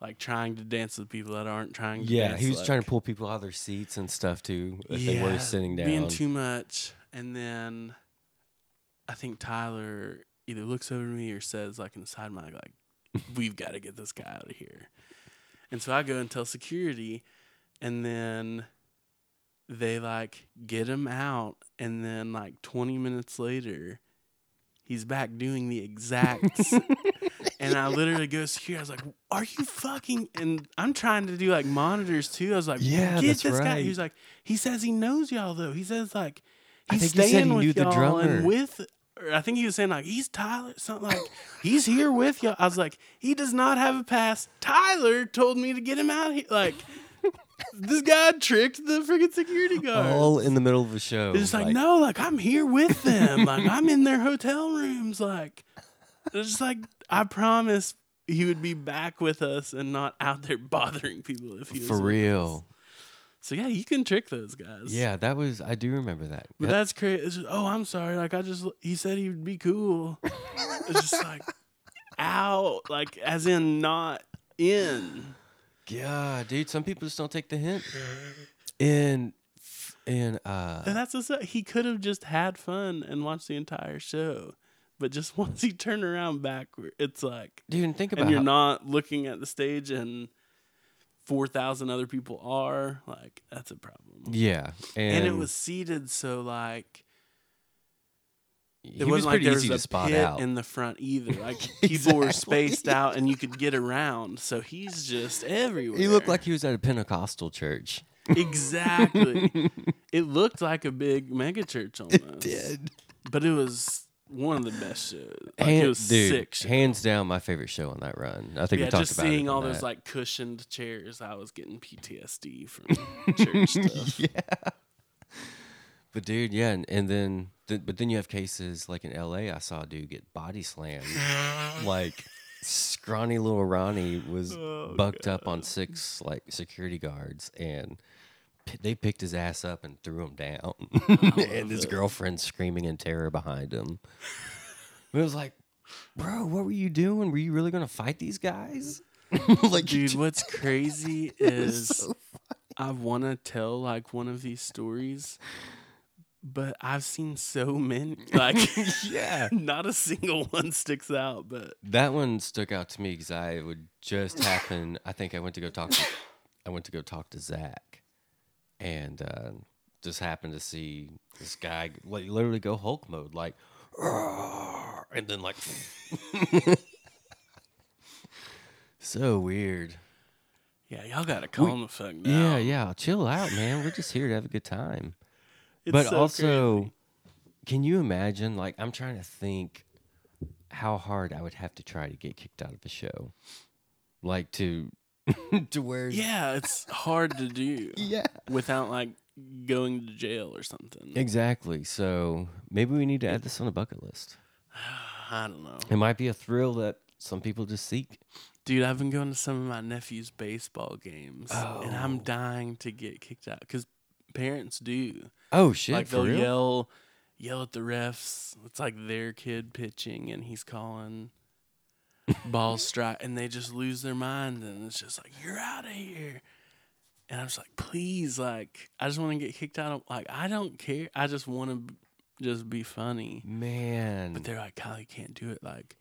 [SPEAKER 4] like trying to dance with people that aren't trying to
[SPEAKER 3] yeah,
[SPEAKER 4] dance,
[SPEAKER 3] he was
[SPEAKER 4] like-
[SPEAKER 3] trying to pull people out of their seats and stuff too if they were sitting down.
[SPEAKER 4] Being too much. And then I think Tyler either looks over to me or says, like, inside my, like, we've got to get this guy out of here. And so I go and tell security. And then they, like, get him out. And then, like, 20 minutes later, he's back doing the
[SPEAKER 3] <laughs>
[SPEAKER 4] exact. s- and I literally go security. I was like, "Are you fucking?" And I'm trying to do like monitors too. I was like,
[SPEAKER 3] Yeah,
[SPEAKER 4] get
[SPEAKER 3] that's
[SPEAKER 4] this guy."
[SPEAKER 3] right.
[SPEAKER 4] He was like, "He says he knows y'all though. He says like
[SPEAKER 3] I think
[SPEAKER 4] he's
[SPEAKER 3] he said
[SPEAKER 4] staying
[SPEAKER 3] he
[SPEAKER 4] with
[SPEAKER 3] knew the
[SPEAKER 4] y'all
[SPEAKER 3] drummer.
[SPEAKER 4] and with." or I think he was saying like he's Tyler, something like he's here with y'all. I was like, he does not have a pass. Tyler told me to get him out here. Like this guy tricked the
[SPEAKER 3] <laughs>
[SPEAKER 4] freaking security guard.
[SPEAKER 3] all in the middle of a show.
[SPEAKER 4] It's like, no, like I'm here with them. like I'm in their hotel rooms. Like it's just like I promise he would be back with us and not out there <laughs> bothering people if he was
[SPEAKER 3] for
[SPEAKER 4] with
[SPEAKER 3] real.
[SPEAKER 4] us. So yeah, you can trick those guys.
[SPEAKER 3] Yeah, that was. I do remember that. <laughs>
[SPEAKER 4] But that's crazy. It's just, oh, I'm sorry. Like I just, he said he would be cool. it's just like, out, like as in not in.
[SPEAKER 3] Yeah, dude. Some people just don't take the
[SPEAKER 4] <laughs>
[SPEAKER 3] hint. And and
[SPEAKER 4] And
[SPEAKER 3] uh,
[SPEAKER 4] that's what's up. He could have just had fun and watched the entire show, but just <laughs> once he turned around backward, it's like,
[SPEAKER 3] dude, and think about
[SPEAKER 4] and you're
[SPEAKER 3] how-
[SPEAKER 4] not looking at the stage, and four thousand other people are. Like that's a problem.
[SPEAKER 3] Yeah, and,
[SPEAKER 4] and, it was seated so like
[SPEAKER 3] he
[SPEAKER 4] it wasn't like
[SPEAKER 3] pretty
[SPEAKER 4] there was
[SPEAKER 3] easy
[SPEAKER 4] a
[SPEAKER 3] to spot
[SPEAKER 4] pit
[SPEAKER 3] out.
[SPEAKER 4] in the front either.
[SPEAKER 3] <laughs>
[SPEAKER 4] Like people were spaced
[SPEAKER 3] Exactly.
[SPEAKER 4] out and you could get around. So he's just
[SPEAKER 3] <laughs>
[SPEAKER 4] everywhere.
[SPEAKER 3] he looked like he was at a Pentecostal church. <laughs>
[SPEAKER 4] exactly. it looked like a big megachurch almost. but it was one of the best shows. Like, it
[SPEAKER 3] Hand-
[SPEAKER 4] was
[SPEAKER 3] dude,
[SPEAKER 4] sick. show.
[SPEAKER 3] hands down, my favorite show on that run. I think
[SPEAKER 4] yeah,
[SPEAKER 3] we talked
[SPEAKER 4] just
[SPEAKER 3] about
[SPEAKER 4] seeing
[SPEAKER 3] it
[SPEAKER 4] all
[SPEAKER 3] on
[SPEAKER 4] those
[SPEAKER 3] that.
[SPEAKER 4] like cushioned chairs, I was getting PTSD from <laughs> church
[SPEAKER 3] <laughs>
[SPEAKER 4] stuff.
[SPEAKER 3] yeah. But dude, yeah, and, and then th- but then you have cases like in L.A. I saw a dude get body slammed, like scrawny little Ronnie was bucked up on six like security guards, and p- they picked his ass up and threw him down, <laughs> and his girlfriend screaming in terror behind him. it was like, bro, what were you doing? Were you really gonna fight these guys? <laughs> like, you <laughs>
[SPEAKER 4] Dude, what's crazy is I want to tell like one of these stories, but I've seen so
[SPEAKER 3] <laughs>
[SPEAKER 4] many. Like,
[SPEAKER 3] ju- yeah.
[SPEAKER 4] <laughs> not a single one sticks out. But
[SPEAKER 3] That one stuck out to me because I would just happen. I think I went to go talk. To, I went to go talk to Zach, and uh, just happened to see this guy like literally go Hulk mode, like, "Argh," and then like, <laughs> so weird. Um,
[SPEAKER 4] yeah, y'all gotta calm the fuck down.
[SPEAKER 3] Yeah, yeah. Chill out, man. We're just here to have a good time.
[SPEAKER 4] It's
[SPEAKER 3] but
[SPEAKER 4] so
[SPEAKER 3] also,
[SPEAKER 4] crazy.
[SPEAKER 3] can you imagine? Like, I'm trying to think how hard I would have to try to get kicked out of a show, like to <laughs> to where
[SPEAKER 4] yeah, it's hard to do.
[SPEAKER 3] <laughs> yeah,
[SPEAKER 4] without like going to jail or something.
[SPEAKER 3] exactly. So maybe we need to add this on a bucket list.
[SPEAKER 4] I don't know,
[SPEAKER 3] It might be a thrill that some people just seek.
[SPEAKER 4] dude. I've been going to some of my nephew's baseball games, and
[SPEAKER 3] Oh.
[SPEAKER 4] I'm dying to get kicked out because parents do.
[SPEAKER 3] Oh shit!
[SPEAKER 4] like
[SPEAKER 3] for
[SPEAKER 4] they'll
[SPEAKER 3] real?
[SPEAKER 4] yell yell at the refs it's like their kid pitching and he's calling
[SPEAKER 3] <laughs>
[SPEAKER 4] ball strike and they just lose their mind and it's just like you're out of here and i'm just like please like i just want to get kicked out of like i don't care i just want to just be funny
[SPEAKER 3] man.
[SPEAKER 4] but they're like kyle you can't do it like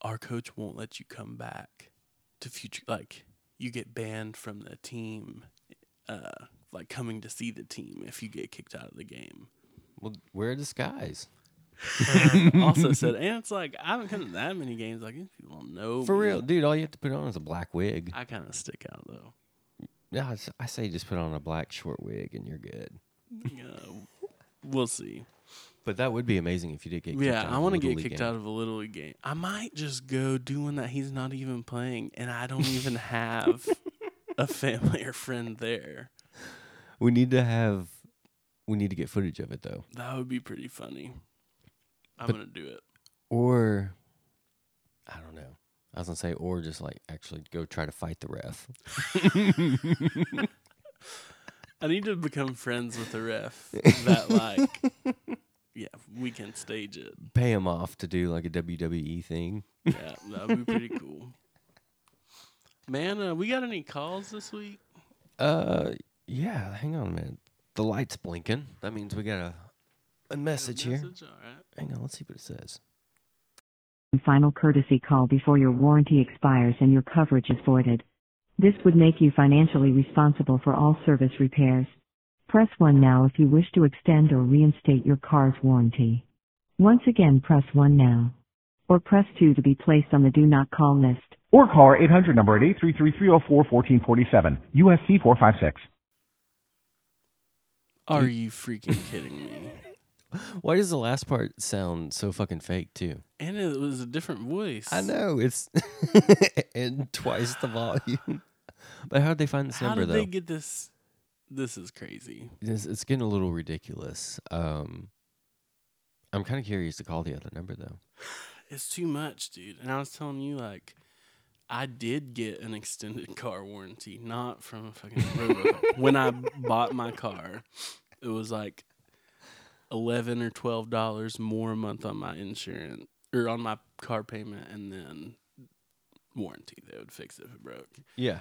[SPEAKER 4] our coach won't let you come back to future like you get banned from the team uh like coming to see the team if you get kicked out of the game
[SPEAKER 3] <laughs> Well, wear a disguise.
[SPEAKER 4] also said, and it's like I haven't come to that many games. Like these people don't know
[SPEAKER 3] For
[SPEAKER 4] me.
[SPEAKER 3] real, dude. All you have to put on is a black wig.
[SPEAKER 4] Oh, I kind of stick out though.
[SPEAKER 3] Yeah, I s- I say just put on a black short wig and you're good.
[SPEAKER 4] Uh, we'll see.
[SPEAKER 3] But that would be amazing if you did get kicked out
[SPEAKER 4] yeah,
[SPEAKER 3] of
[SPEAKER 4] I
[SPEAKER 3] the
[SPEAKER 4] want to
[SPEAKER 3] Little
[SPEAKER 4] get
[SPEAKER 3] League
[SPEAKER 4] kicked
[SPEAKER 3] game.
[SPEAKER 4] out of a little league game. I might just go doing that. He's not even playing, and I don't
[SPEAKER 3] <laughs>
[SPEAKER 4] even have a family or friend there.
[SPEAKER 3] We need to have. We need to get footage of it though,
[SPEAKER 4] That would be pretty funny. I'm gonna do it.
[SPEAKER 3] or I don't know. I was gonna say, or just like actually go try to fight the ref.
[SPEAKER 4] I need to become friends with the <laughs> ref. That like, yeah, we can stage it.
[SPEAKER 3] Pay him off to do like a WWE thing.
[SPEAKER 4] Yeah, that would be pretty cool. Man, uh, we got any calls this week?
[SPEAKER 3] Uh, yeah. Hang on a minute. The light's blinking. That means we got a a message here.
[SPEAKER 4] Message? All right.
[SPEAKER 3] Hang on. Let's see what it says.
[SPEAKER 5] final courtesy call before your warranty expires and your coverage is voided. This would make you financially responsible for all service repairs. Press 1 now if you wish to extend or reinstate your car's warranty. Once again, press 1 now. Or press 2 to be placed on the do not call list.
[SPEAKER 6] or call our 800 number at 833-304-1447, USC 456.
[SPEAKER 4] Are you freaking kidding me?
[SPEAKER 3] Why does the last part sound so fucking fake too?
[SPEAKER 4] And it was a different voice.
[SPEAKER 3] I know it's <laughs> and twice the
[SPEAKER 4] <laughs>
[SPEAKER 3] volume. But how would they find this
[SPEAKER 4] How
[SPEAKER 3] number
[SPEAKER 4] did
[SPEAKER 3] though?
[SPEAKER 4] they get this? This is crazy.
[SPEAKER 3] it's, it's getting a little ridiculous. Um, I'm kind of curious to call the other number though.
[SPEAKER 4] It's too much, dude. And I was telling you, like, I did get an extended <laughs> car warranty, not from
[SPEAKER 3] <laughs>
[SPEAKER 4] a fucking robo. when I bought my car, it was like eleven or twelve dollars more a month on my insurance or on my car payment, and then warranty. They would fix it if it broke.
[SPEAKER 3] Yeah.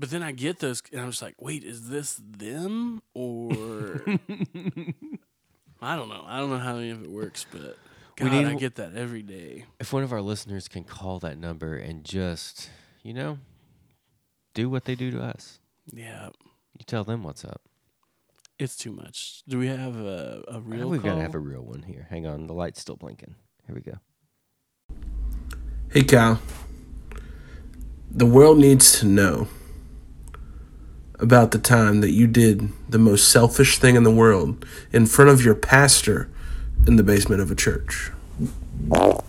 [SPEAKER 4] But then I get those, and I'm just like, wait, is this them
[SPEAKER 3] <laughs>
[SPEAKER 4] or I don't know. I don't know how any of it works, but
[SPEAKER 3] We
[SPEAKER 4] God,
[SPEAKER 3] need-
[SPEAKER 4] I get that every day.
[SPEAKER 3] If one of our listeners can call that number and just, you know, do what they do to us.
[SPEAKER 4] Yeah,
[SPEAKER 3] You tell them what's up.
[SPEAKER 4] it's too much. Do we have a, a
[SPEAKER 3] I think
[SPEAKER 4] real?
[SPEAKER 3] We've got
[SPEAKER 4] call?
[SPEAKER 3] to have a real one here. Hang on, the light's still blinking. Here we go.
[SPEAKER 7] Hey, Kyle. The world needs to know about the time that you did the most selfish thing in the world in front of your pastor in the basement of a church.
[SPEAKER 3] That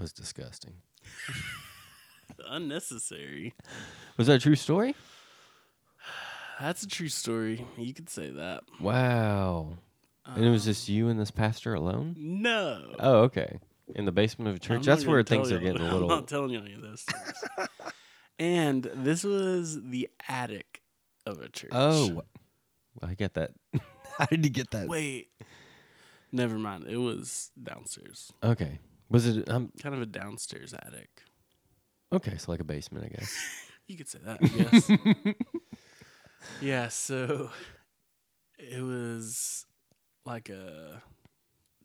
[SPEAKER 3] was disgusting.
[SPEAKER 4] unnecessary.
[SPEAKER 3] Was that a true story?
[SPEAKER 4] That's a true story. You could say that.
[SPEAKER 3] Wow. and it was just you and this pastor alone?
[SPEAKER 4] No.
[SPEAKER 3] Oh, okay. In the basement of a
[SPEAKER 4] I'm
[SPEAKER 3] church.
[SPEAKER 4] not
[SPEAKER 3] That's where
[SPEAKER 4] gonna tell
[SPEAKER 3] things are
[SPEAKER 4] y'all-
[SPEAKER 3] getting a
[SPEAKER 4] <laughs> I'm
[SPEAKER 3] little.
[SPEAKER 4] not telling you any of those things. and this was the attic of a church.
[SPEAKER 3] Oh, I get
[SPEAKER 4] <laughs>
[SPEAKER 3] that. How did you get that?
[SPEAKER 4] wait. Never mind. It was downstairs.
[SPEAKER 3] Okay. Was it um
[SPEAKER 4] Kind of a downstairs attic.
[SPEAKER 3] okay, so like a basement, I
[SPEAKER 4] <laughs>
[SPEAKER 3] guess.
[SPEAKER 4] You could say
[SPEAKER 3] <laughs>
[SPEAKER 4] that, yes. <laughs> yeah, so it was like a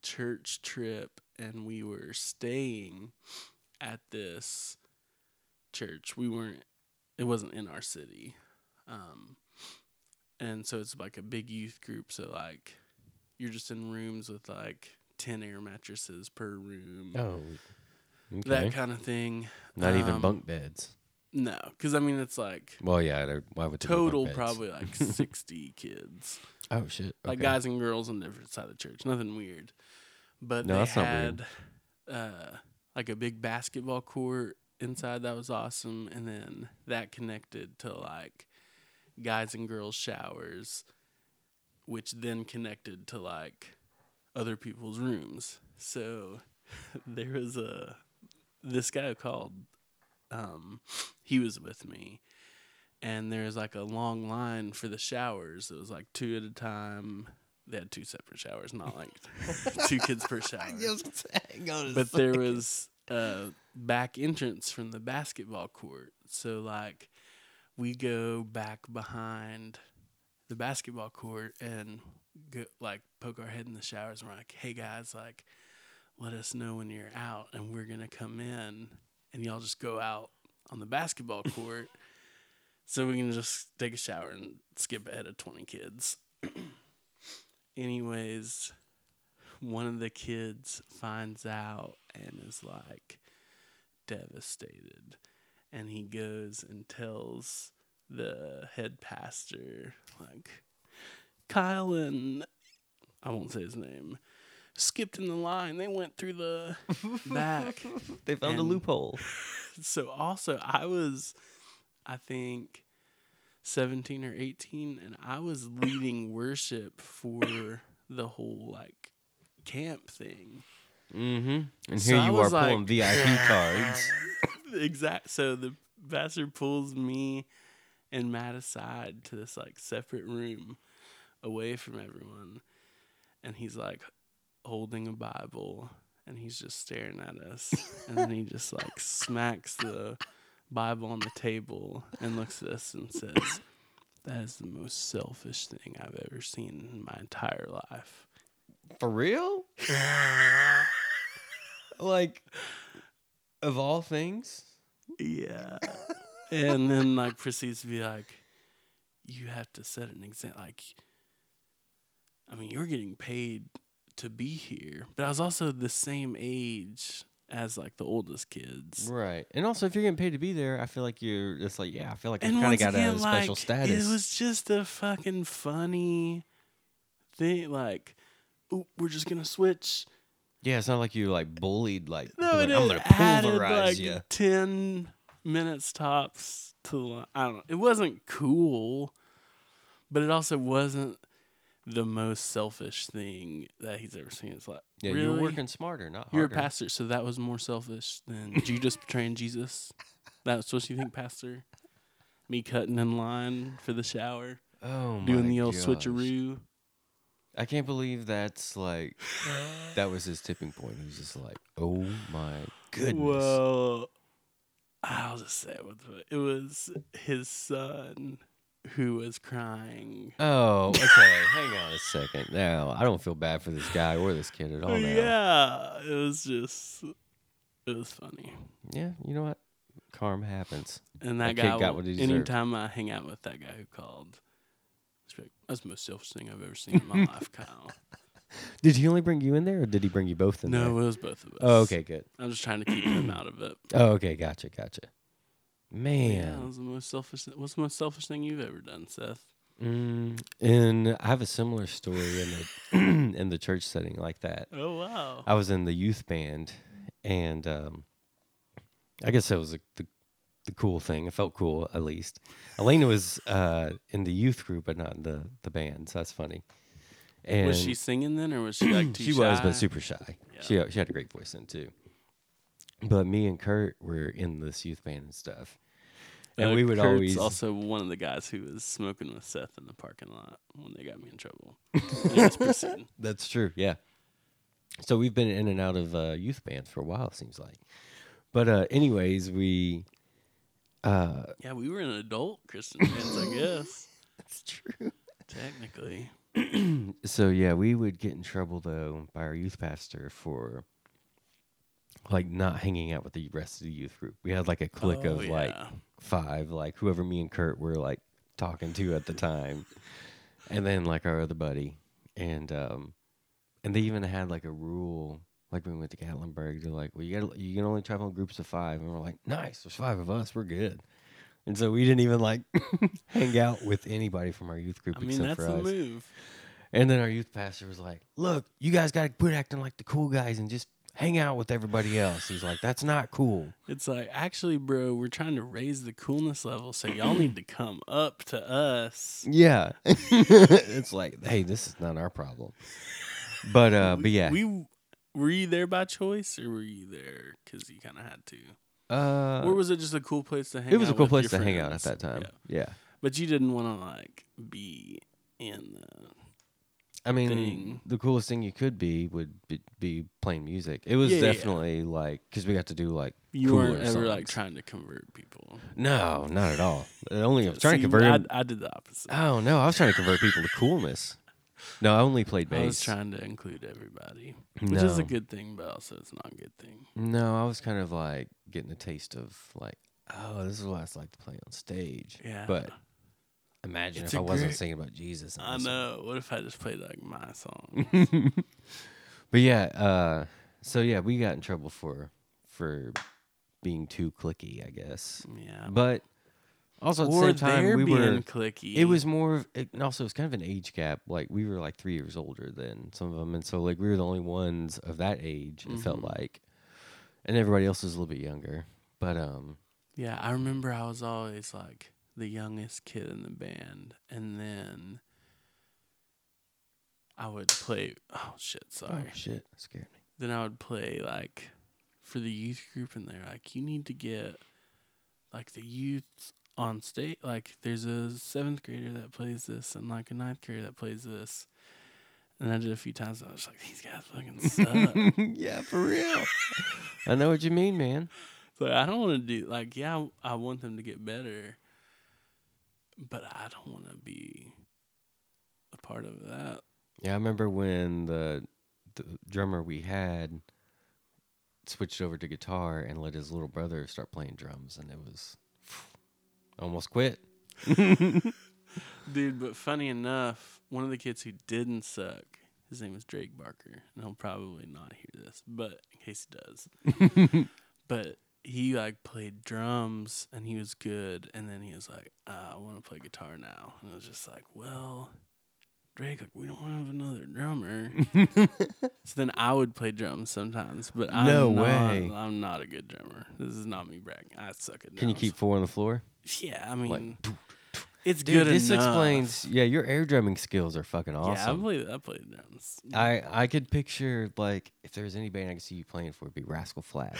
[SPEAKER 4] church trip, and we were staying at this church. We weren't, it wasn't in our city. Um, and so it's like a big youth group. So, like, you're just in rooms with like 10 air mattresses per room,
[SPEAKER 3] Oh. Okay.
[SPEAKER 4] that kind of thing.
[SPEAKER 3] Not even
[SPEAKER 4] um,
[SPEAKER 3] bunk beds.
[SPEAKER 4] No, because I mean, it's like
[SPEAKER 3] Well, yeah, there- why would there be bunk
[SPEAKER 4] total
[SPEAKER 3] beds?
[SPEAKER 4] probably
[SPEAKER 3] <laughs>
[SPEAKER 4] like 60 kids
[SPEAKER 3] Oh shit.
[SPEAKER 4] like
[SPEAKER 3] okay.
[SPEAKER 4] guys and girls on different side of the church nothing weird but
[SPEAKER 3] No,
[SPEAKER 4] they
[SPEAKER 3] that's not
[SPEAKER 4] had
[SPEAKER 3] weird.
[SPEAKER 4] uh like a big basketball court inside that was awesome and then that connected to like guys and girls showers which then connected to like other people's rooms so <laughs> there was a this guy called um he was with me and there was like a long line for the showers it was like two at a time they had two separate showers not like two kids per shower but there was a back entrance from the basketball court so like we go back behind the basketball court and go, like poke our head in the showers and we're like hey guys like let us know when you're out and we're gonna come in and y'all just go out on the basketball court so we can just take a shower and skip ahead of 20 kids <clears throat> anyways one of the kids finds out and is like devastated and he goes and tells the head pastor like kyle and i won't say his name skipped in the line they went through the back
[SPEAKER 3] they found a
[SPEAKER 4] and-
[SPEAKER 3] loophole.
[SPEAKER 4] so also I was I think 17 or 18 and I was leading worship for the whole like camp thing.
[SPEAKER 3] Mm-hmm. And
[SPEAKER 4] So
[SPEAKER 3] here
[SPEAKER 4] I
[SPEAKER 3] you are
[SPEAKER 4] was
[SPEAKER 3] pulling
[SPEAKER 4] like-
[SPEAKER 3] VIP
[SPEAKER 4] <laughs>
[SPEAKER 3] cards.
[SPEAKER 4] exact so the pastor pulls me and Matt aside to this like separate room away from everyone and he's like holding a bible and he's just staring at us and then he just like smacks the bible on the table and looks at us and says that is the most selfish thing i've ever seen in my entire life
[SPEAKER 3] For
[SPEAKER 4] <laughs>
[SPEAKER 3] real? like of all things?
[SPEAKER 4] Yeah.
[SPEAKER 3] <laughs>
[SPEAKER 4] and then like proceeds to be like, you have to set an example. Like, I mean, you're getting paid to be here, but I was also the same age as like the oldest kids.
[SPEAKER 3] Right. And also if you're getting paid to be there, I feel like you're it's like, yeah, I feel like I
[SPEAKER 4] And
[SPEAKER 3] kinda
[SPEAKER 4] once
[SPEAKER 3] got a
[SPEAKER 4] again, like,
[SPEAKER 3] special status.
[SPEAKER 4] it was just a fucking funny thing. Like, Ooh, we're just gonna switch.
[SPEAKER 3] Yeah, it's not like you like bullied like
[SPEAKER 4] No,
[SPEAKER 3] like,
[SPEAKER 4] it
[SPEAKER 3] I'm gonna
[SPEAKER 4] added
[SPEAKER 3] pulverize
[SPEAKER 4] like
[SPEAKER 3] you.
[SPEAKER 4] ten minutes tops to the li- I don't know. It wasn't cool, but it also wasn't the most selfish thing that he's ever seen. It's like
[SPEAKER 3] Yeah,
[SPEAKER 4] really?
[SPEAKER 3] you're working smarter, not harder.
[SPEAKER 4] You're a pastor, so that was more selfish than you just
[SPEAKER 3] <laughs>
[SPEAKER 4] betraying Jesus. That's what you think, pastor? Me cutting in line for the shower,
[SPEAKER 3] Oh my
[SPEAKER 4] doing the old
[SPEAKER 3] gosh.
[SPEAKER 4] switcheroo.
[SPEAKER 3] I can't believe that's like
[SPEAKER 4] <laughs>
[SPEAKER 3] that was his tipping point. He was just like, "Oh my goodness."
[SPEAKER 4] Well, I'll just say it was, it was his son who was crying.
[SPEAKER 3] Oh,
[SPEAKER 4] <laughs>
[SPEAKER 3] okay. Hang on a second. Now, I don't feel bad for this guy or this kid at all. Now.
[SPEAKER 4] yeah, it was just, it was funny.
[SPEAKER 3] Yeah, You know what? Karm happens.
[SPEAKER 4] And that,
[SPEAKER 3] That kid
[SPEAKER 4] guy,
[SPEAKER 3] got what he deserved.
[SPEAKER 4] anytime I hang out with that guy who called, it's like, that's the most selfish thing I've ever seen
[SPEAKER 3] <laughs>
[SPEAKER 4] in my life, Kyle.
[SPEAKER 3] Did he only bring you in there, or did he bring you both in there?
[SPEAKER 4] No, it was both of us.
[SPEAKER 3] Oh, okay, good.
[SPEAKER 4] I'm just trying to keep him out of it.
[SPEAKER 3] Oh, okay, gotcha, gotcha.
[SPEAKER 4] Yeah, that
[SPEAKER 3] Man,
[SPEAKER 4] was the most selfish. What's the most selfish thing you've ever done, Seth?
[SPEAKER 3] mm, and I have a similar story in the <clears throat> in the church setting like that.
[SPEAKER 4] Oh wow.
[SPEAKER 3] I was in the youth band, and um, I guess that was the, the the cool thing. It felt cool, at least. Elena was uh, in the youth group, but not in the the band, so that's funny. And
[SPEAKER 4] was she singing then, or was she like too
[SPEAKER 3] she was,
[SPEAKER 4] shy?
[SPEAKER 3] but super shy. She she had a great voice then too. But me and Kurt were in this youth band and stuff, and
[SPEAKER 4] Uh,
[SPEAKER 3] we would
[SPEAKER 4] Kurt's
[SPEAKER 3] always
[SPEAKER 4] also one of the guys who was smoking with Seth in the parking lot when they got me
[SPEAKER 3] <laughs>
[SPEAKER 4] in trouble. Anyways, proceed.
[SPEAKER 3] That's true. Yeah. So we've been in and out of uh, youth band for a while, it seems like. But uh, anyways, we
[SPEAKER 4] yeah, we were an adult Christian bands, I guess.
[SPEAKER 3] <laughs> that's true.
[SPEAKER 4] Technically,
[SPEAKER 3] So yeah, we would get in trouble though by our youth pastor for like not hanging out with the rest of the youth group. We had like a clique
[SPEAKER 4] Oh,
[SPEAKER 3] of like
[SPEAKER 4] yeah.
[SPEAKER 3] five, like whoever me and Kurt were like talking to at the
[SPEAKER 4] <laughs>
[SPEAKER 3] time, and then like our other buddy, and um, and they even had like a rule. Like when we went to Gatlinburg, they're like, "Well, you got to you can only travel in groups of five. and we're like, "Nice, there's five of us, we're good." And so we didn't even like <laughs> hang out with anybody from our youth group
[SPEAKER 4] I mean
[SPEAKER 3] except
[SPEAKER 4] that's
[SPEAKER 3] for
[SPEAKER 4] the
[SPEAKER 3] us.
[SPEAKER 4] move.
[SPEAKER 3] And then our youth pastor was like, "Look, you guys got to quit acting like the cool guys and just hang out with everybody else." He's like, "That's not cool."
[SPEAKER 4] It's like, actually, bro, we're trying to raise the coolness level, so y'all need
[SPEAKER 3] <laughs>
[SPEAKER 4] to come up to us.
[SPEAKER 3] Yeah, <laughs> it's like, hey, this is not our problem. But uh, but yeah,
[SPEAKER 4] We were you there by choice, or were you there because you kind of had to,
[SPEAKER 3] uh,
[SPEAKER 4] or was it just a cool place to hang?
[SPEAKER 3] it was a
[SPEAKER 4] out
[SPEAKER 3] cool
[SPEAKER 4] with your
[SPEAKER 3] place to hang out at
[SPEAKER 4] friends?
[SPEAKER 3] that time.
[SPEAKER 4] Yeah.
[SPEAKER 3] Yeah,
[SPEAKER 4] But you didn't want to like be in the
[SPEAKER 3] I mean,
[SPEAKER 4] Thing.
[SPEAKER 3] the coolest thing you could be would be, be playing music. It was
[SPEAKER 4] Yeah, yeah, yeah.
[SPEAKER 3] definitely like because we got to do like
[SPEAKER 4] you
[SPEAKER 3] cooler
[SPEAKER 4] weren't ever like
[SPEAKER 3] songs.
[SPEAKER 4] trying to convert people.
[SPEAKER 3] No, not at all. Uh, Only I was
[SPEAKER 4] See,
[SPEAKER 3] trying to convert. him-
[SPEAKER 4] I, I did the opposite.
[SPEAKER 3] Oh no, I was trying to convert people to coolness. No, I only played bass.
[SPEAKER 4] I was trying to include everybody, which is a
[SPEAKER 3] No.
[SPEAKER 4] good thing, but also it's not a good thing.
[SPEAKER 3] No, I was kind of like getting a taste of like, oh, this is what it's like to play on stage.
[SPEAKER 4] Yeah.
[SPEAKER 3] But imagine
[SPEAKER 4] It's
[SPEAKER 3] if
[SPEAKER 4] a
[SPEAKER 3] I wasn't
[SPEAKER 4] great-
[SPEAKER 3] singing about Jesus. in
[SPEAKER 4] I
[SPEAKER 3] this song.
[SPEAKER 4] know. What if I just played like
[SPEAKER 3] <laughs>
[SPEAKER 4] my song?
[SPEAKER 3] But yeah, uh, so yeah, we got in trouble for for being too clicky, I guess.
[SPEAKER 4] yeah.
[SPEAKER 3] But also at the
[SPEAKER 4] or
[SPEAKER 3] same time,
[SPEAKER 4] they're
[SPEAKER 3] we
[SPEAKER 4] being
[SPEAKER 3] were.
[SPEAKER 4] clicky.
[SPEAKER 3] It was more of, it, and also it was kind of an age gap. Like we were like three years older than some of them, and so like we were the only ones of that age. It felt
[SPEAKER 4] Mm-hmm.
[SPEAKER 3] like, and everybody else was a little bit younger. But um,
[SPEAKER 4] Yeah, I remember I was always like the youngest kid in the band, and then I would play. Oh shit! Sorry.
[SPEAKER 3] oh shit, that scared me.
[SPEAKER 4] Then I would play like for the youth group, and they're like, "You need to get like the youth on stage. Like, there's a seventh grader that plays this, and like a ninth grader that plays this." And I did a few times. And I was like, "These guys fucking suck."
[SPEAKER 3] <laughs> yeah, for real. I know what you mean, man.
[SPEAKER 4] But I don't want to do like yeah, I I want them to get better, but I don't want to be a part of that.
[SPEAKER 3] Yeah, I remember when the the drummer we had switched over to guitar and let his little brother start playing drums, and it was <sighs> I almost quit.
[SPEAKER 4] Dude, but funny enough, one of the kids who didn't suck, his name was Drake Barker, and he'll probably not hear this, but in case he does.
[SPEAKER 3] <laughs>
[SPEAKER 4] but he like played drums and he was good, and then he was like, "Ah, I want to play guitar now. And it was just like, well, Drake, like, we don't have
[SPEAKER 3] <laughs>
[SPEAKER 4] another drummer. so then I would play drums sometimes, but I'm
[SPEAKER 3] No
[SPEAKER 4] not,
[SPEAKER 3] way.
[SPEAKER 4] I'm not a good drummer. This is not me bragging. I suck at drums.
[SPEAKER 3] Can you keep four on the floor?
[SPEAKER 4] Yeah, I mean,
[SPEAKER 3] doo,
[SPEAKER 4] it's
[SPEAKER 3] Dude,
[SPEAKER 4] good
[SPEAKER 3] this
[SPEAKER 4] enough.
[SPEAKER 3] explains. Yeah, your air drumming skills are fucking
[SPEAKER 4] Yeah, I
[SPEAKER 3] awesome.
[SPEAKER 4] played. I played drums.
[SPEAKER 3] I I could picture like if there was any band I could see you playing for, it'd be Rascal <laughs> Flats.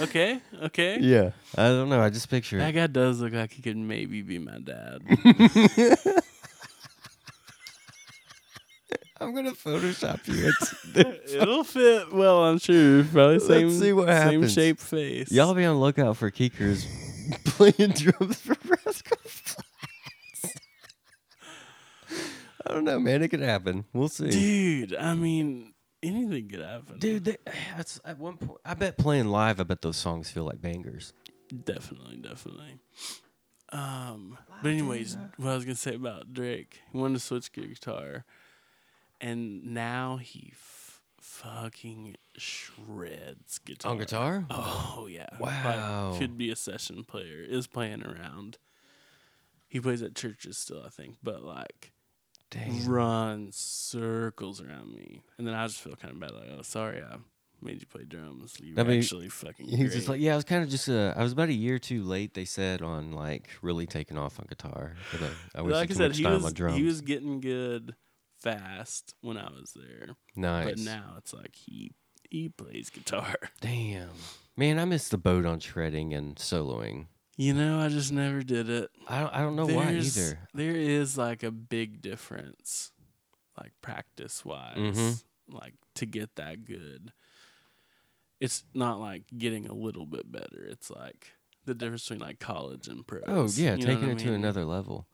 [SPEAKER 4] Okay, okay.
[SPEAKER 3] yeah, I don't know. I just picture.
[SPEAKER 4] That
[SPEAKER 3] it. <laughs>
[SPEAKER 4] guy does look like he could maybe be my dad.
[SPEAKER 3] I'm gonna Photoshop you. It's- <laughs>
[SPEAKER 4] It'll fit well on shoe. Probably same,
[SPEAKER 3] see what
[SPEAKER 4] same
[SPEAKER 3] happens.
[SPEAKER 4] shape face.
[SPEAKER 3] Y'all be on lookout for Kikers <laughs> playing drums for Rascal Flats. I don't know, man. It could happen. We'll see.
[SPEAKER 4] Dude, I mean, anything could happen.
[SPEAKER 3] Dude, they, <sighs> that's at one point. I bet playing live, I bet those songs feel like bangers.
[SPEAKER 4] Definitely, definitely. Um, but anyways, what I was gonna say about Drake, he wanted to switch guitar, and now he f- fucking shreds guitar.
[SPEAKER 3] On guitar?
[SPEAKER 4] Oh yeah! Like,
[SPEAKER 3] Wow.
[SPEAKER 4] could be a session player. Is playing around. He plays at churches still, I think, but like
[SPEAKER 3] Damn.
[SPEAKER 4] runs circles around me, and then I just feel kind of bad. Like, oh, sorry, I made you play drums. You
[SPEAKER 3] I
[SPEAKER 4] were
[SPEAKER 3] mean,
[SPEAKER 4] actually fucking.
[SPEAKER 3] He's just
[SPEAKER 4] great."
[SPEAKER 3] like, yeah, I was kind of just, uh, I was about a year too late. They said on like really taking off on guitar. But, uh, I wasted
[SPEAKER 4] like I
[SPEAKER 3] too
[SPEAKER 4] said,
[SPEAKER 3] much
[SPEAKER 4] he
[SPEAKER 3] time
[SPEAKER 4] was,
[SPEAKER 3] on drums.
[SPEAKER 4] he was getting good fast when I was there,
[SPEAKER 3] nice.
[SPEAKER 4] but now it's like he he plays guitar. <laughs>
[SPEAKER 3] Damn, man, I missed the boat on shredding and soloing.
[SPEAKER 4] You know, I just never did it.
[SPEAKER 3] I don't, I don't know Oh, why
[SPEAKER 4] There's-
[SPEAKER 3] either.
[SPEAKER 4] There is like a big difference, like practice wise,
[SPEAKER 3] Mhm.
[SPEAKER 4] like to get that good. It's not like getting a little bit better. It's like the difference between like college and pro.
[SPEAKER 3] Oh yeah,
[SPEAKER 4] You know
[SPEAKER 3] taking
[SPEAKER 4] what I
[SPEAKER 3] it to
[SPEAKER 4] mean?
[SPEAKER 3] another level.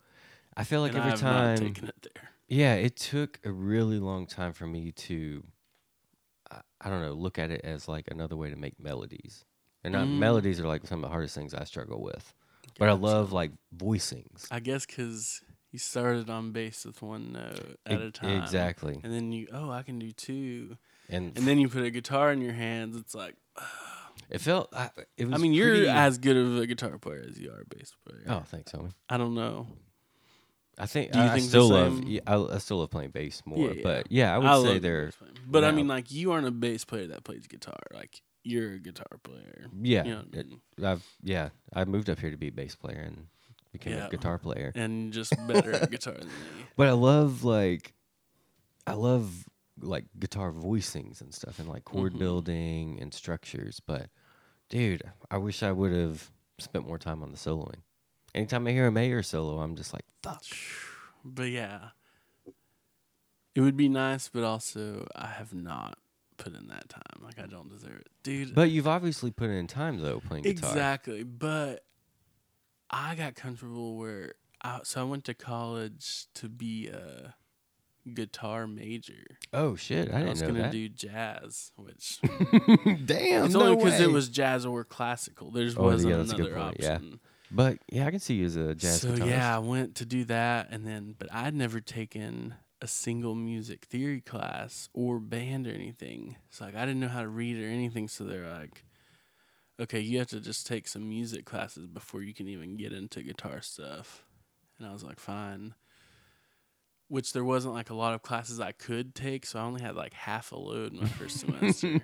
[SPEAKER 3] I feel like
[SPEAKER 4] And
[SPEAKER 3] every
[SPEAKER 4] I've
[SPEAKER 3] time,
[SPEAKER 4] not taken it there.
[SPEAKER 3] yeah, it took a really long time for me to, I, I don't know, look at it as like another way to make melodies. And not
[SPEAKER 4] Mm.
[SPEAKER 3] melodies are like some of the hardest things I struggle with, but I love like voicings.
[SPEAKER 4] I guess because you started on bass with one note at
[SPEAKER 3] E-
[SPEAKER 4] a time.
[SPEAKER 3] exactly.
[SPEAKER 4] And then you, oh, I can do two.
[SPEAKER 3] And,
[SPEAKER 4] And then you put a guitar in your hands. It's like,
[SPEAKER 3] it felt. I, it was
[SPEAKER 4] I mean, you're
[SPEAKER 3] pretty-
[SPEAKER 4] as good of a guitar player as you are a bass player.
[SPEAKER 3] Oh, thanks, homie.
[SPEAKER 4] I don't know.
[SPEAKER 3] I think
[SPEAKER 4] Do you
[SPEAKER 3] I, I
[SPEAKER 4] think the
[SPEAKER 3] still love.
[SPEAKER 4] same?
[SPEAKER 3] yeah, I, I still love playing bass more,
[SPEAKER 4] yeah.
[SPEAKER 3] but yeah, I would say
[SPEAKER 4] love
[SPEAKER 3] they're.
[SPEAKER 4] bass playing. But I
[SPEAKER 3] no.
[SPEAKER 4] mean, like, you aren't a bass player that plays guitar. Like, you're a guitar player.
[SPEAKER 3] Yeah,
[SPEAKER 4] You know what I
[SPEAKER 3] it-
[SPEAKER 4] mean?
[SPEAKER 3] I've yeah, I moved up here to be a bass player and became
[SPEAKER 4] Yeah.
[SPEAKER 3] a guitar player.
[SPEAKER 4] And just better at guitar than me.
[SPEAKER 3] But I love like I love like guitar voicings and stuff and like chord
[SPEAKER 4] Mhm.
[SPEAKER 3] building and structures, but dude, I wish I would have spent more time on the soloing. Anytime I hear a Mayer solo, I'm just like, fuck.
[SPEAKER 4] But yeah, it would be nice, but also I have not put in that time. Like I don't deserve it, dude.
[SPEAKER 3] But you've obviously put in time though playing guitar.
[SPEAKER 4] exactly. But I got comfortable where I so I went to college to be a guitar major.
[SPEAKER 3] Oh shit, I
[SPEAKER 4] I,
[SPEAKER 3] didn't
[SPEAKER 4] was
[SPEAKER 3] know
[SPEAKER 4] gonna
[SPEAKER 3] that.
[SPEAKER 4] do jazz,
[SPEAKER 3] <laughs>
[SPEAKER 4] which
[SPEAKER 3] Damn,
[SPEAKER 4] it's
[SPEAKER 3] no
[SPEAKER 4] only because it
[SPEAKER 3] way.
[SPEAKER 4] was jazz or classical. There just
[SPEAKER 3] Oh, yeah,
[SPEAKER 4] wasn't
[SPEAKER 3] that's a good
[SPEAKER 4] another
[SPEAKER 3] point, yeah.
[SPEAKER 4] option.
[SPEAKER 3] But yeah, I can see you as a jazz
[SPEAKER 4] so
[SPEAKER 3] guitarist.
[SPEAKER 4] yeah, I went to do that, and then but I'd never taken a single music theory class or band or anything. So like I didn't know how to read or anything. So they're like, okay, you have to just take some music classes before you can even get into guitar stuff. And I was like, fine. Which there wasn't like a lot of classes I could take, so I only had like half a load my
[SPEAKER 3] <laughs>
[SPEAKER 4] first semester.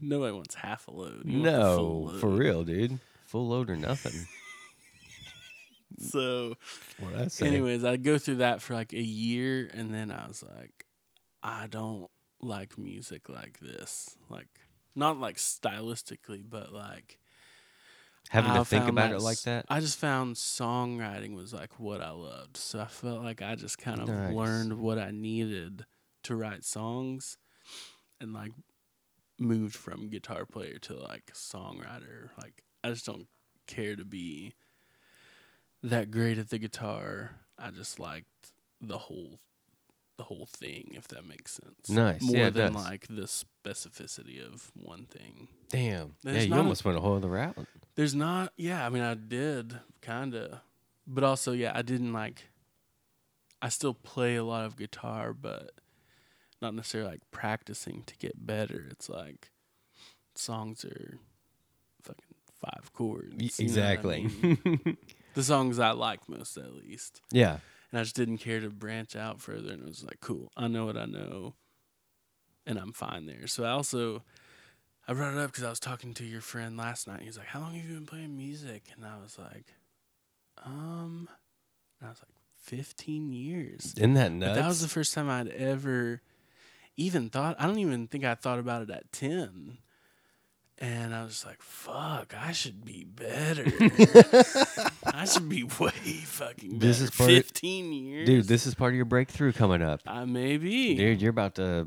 [SPEAKER 4] Nobody wants half a load. You want the full
[SPEAKER 3] No, for
[SPEAKER 4] load.
[SPEAKER 3] real, dude. Full load or nothing.
[SPEAKER 4] So
[SPEAKER 3] what I say.
[SPEAKER 4] Anyways, I'd go through that for like a year, and then I was like, I don't like music like this. Like, not like stylistically, but like
[SPEAKER 3] having
[SPEAKER 4] I
[SPEAKER 3] to think
[SPEAKER 4] found
[SPEAKER 3] about
[SPEAKER 4] that
[SPEAKER 3] it like
[SPEAKER 4] s-
[SPEAKER 3] that.
[SPEAKER 4] I just found songwriting was like what I loved. So I felt like I just kind of
[SPEAKER 3] Nice.
[SPEAKER 4] learned what I needed to write songs, and like moved from guitar player to like songwriter. Like I just don't care to be that great at the guitar. I just liked the whole the whole thing, if that makes sense.
[SPEAKER 3] Nice.
[SPEAKER 4] More
[SPEAKER 3] Yeah, it
[SPEAKER 4] than
[SPEAKER 3] does.
[SPEAKER 4] like the specificity of one thing.
[SPEAKER 3] Damn. Yeah,
[SPEAKER 4] There's
[SPEAKER 3] you
[SPEAKER 4] not a-
[SPEAKER 3] almost went a whole other route.
[SPEAKER 4] There's not, yeah. I mean, I did kind of, but also, yeah, I didn't like. I still play a lot of guitar, but not necessarily like practicing to get better. It's like songs are fucking five chords. you know what I mean? the songs I like most, at least.
[SPEAKER 3] <laughs> yeah.
[SPEAKER 4] And I just didn't care to branch out further. And it was like, cool, I know what I know, and I'm fine there. So I also, I brought it up because I was talking to your friend last night. He's like, how long have you been playing music? And I was like, um, and I was like, 15 years.
[SPEAKER 3] Isn't that
[SPEAKER 4] But
[SPEAKER 3] nuts?
[SPEAKER 4] that was the first time I'd ever even thought. I don't even think I thought about it at 10. And I was like, fuck, I should
[SPEAKER 3] <laughs>
[SPEAKER 4] be better. I should be way fucking better.
[SPEAKER 3] This is part-
[SPEAKER 4] 15 years.
[SPEAKER 3] Dude, this is part of your breakthrough coming up.
[SPEAKER 4] I may be.
[SPEAKER 3] Dude, you're about to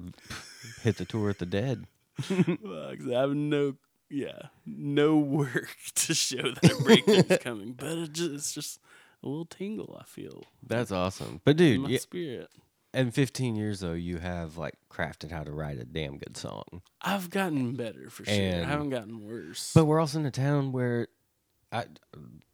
[SPEAKER 3] hit the tour with the dead.
[SPEAKER 4] Fuck, I have no, yeah, no work <laughs> to show that a breakthrough's coming, but it just, it's just a little tingle I feel
[SPEAKER 3] That's awesome. But
[SPEAKER 4] in
[SPEAKER 3] dude,
[SPEAKER 4] my
[SPEAKER 3] yeah,
[SPEAKER 4] spirit.
[SPEAKER 3] in 15 years though, you have like crafted how to write a damn good song.
[SPEAKER 4] I've gotten better for sure.
[SPEAKER 3] And-
[SPEAKER 4] I haven't gotten worse.
[SPEAKER 3] But we're also in a town where I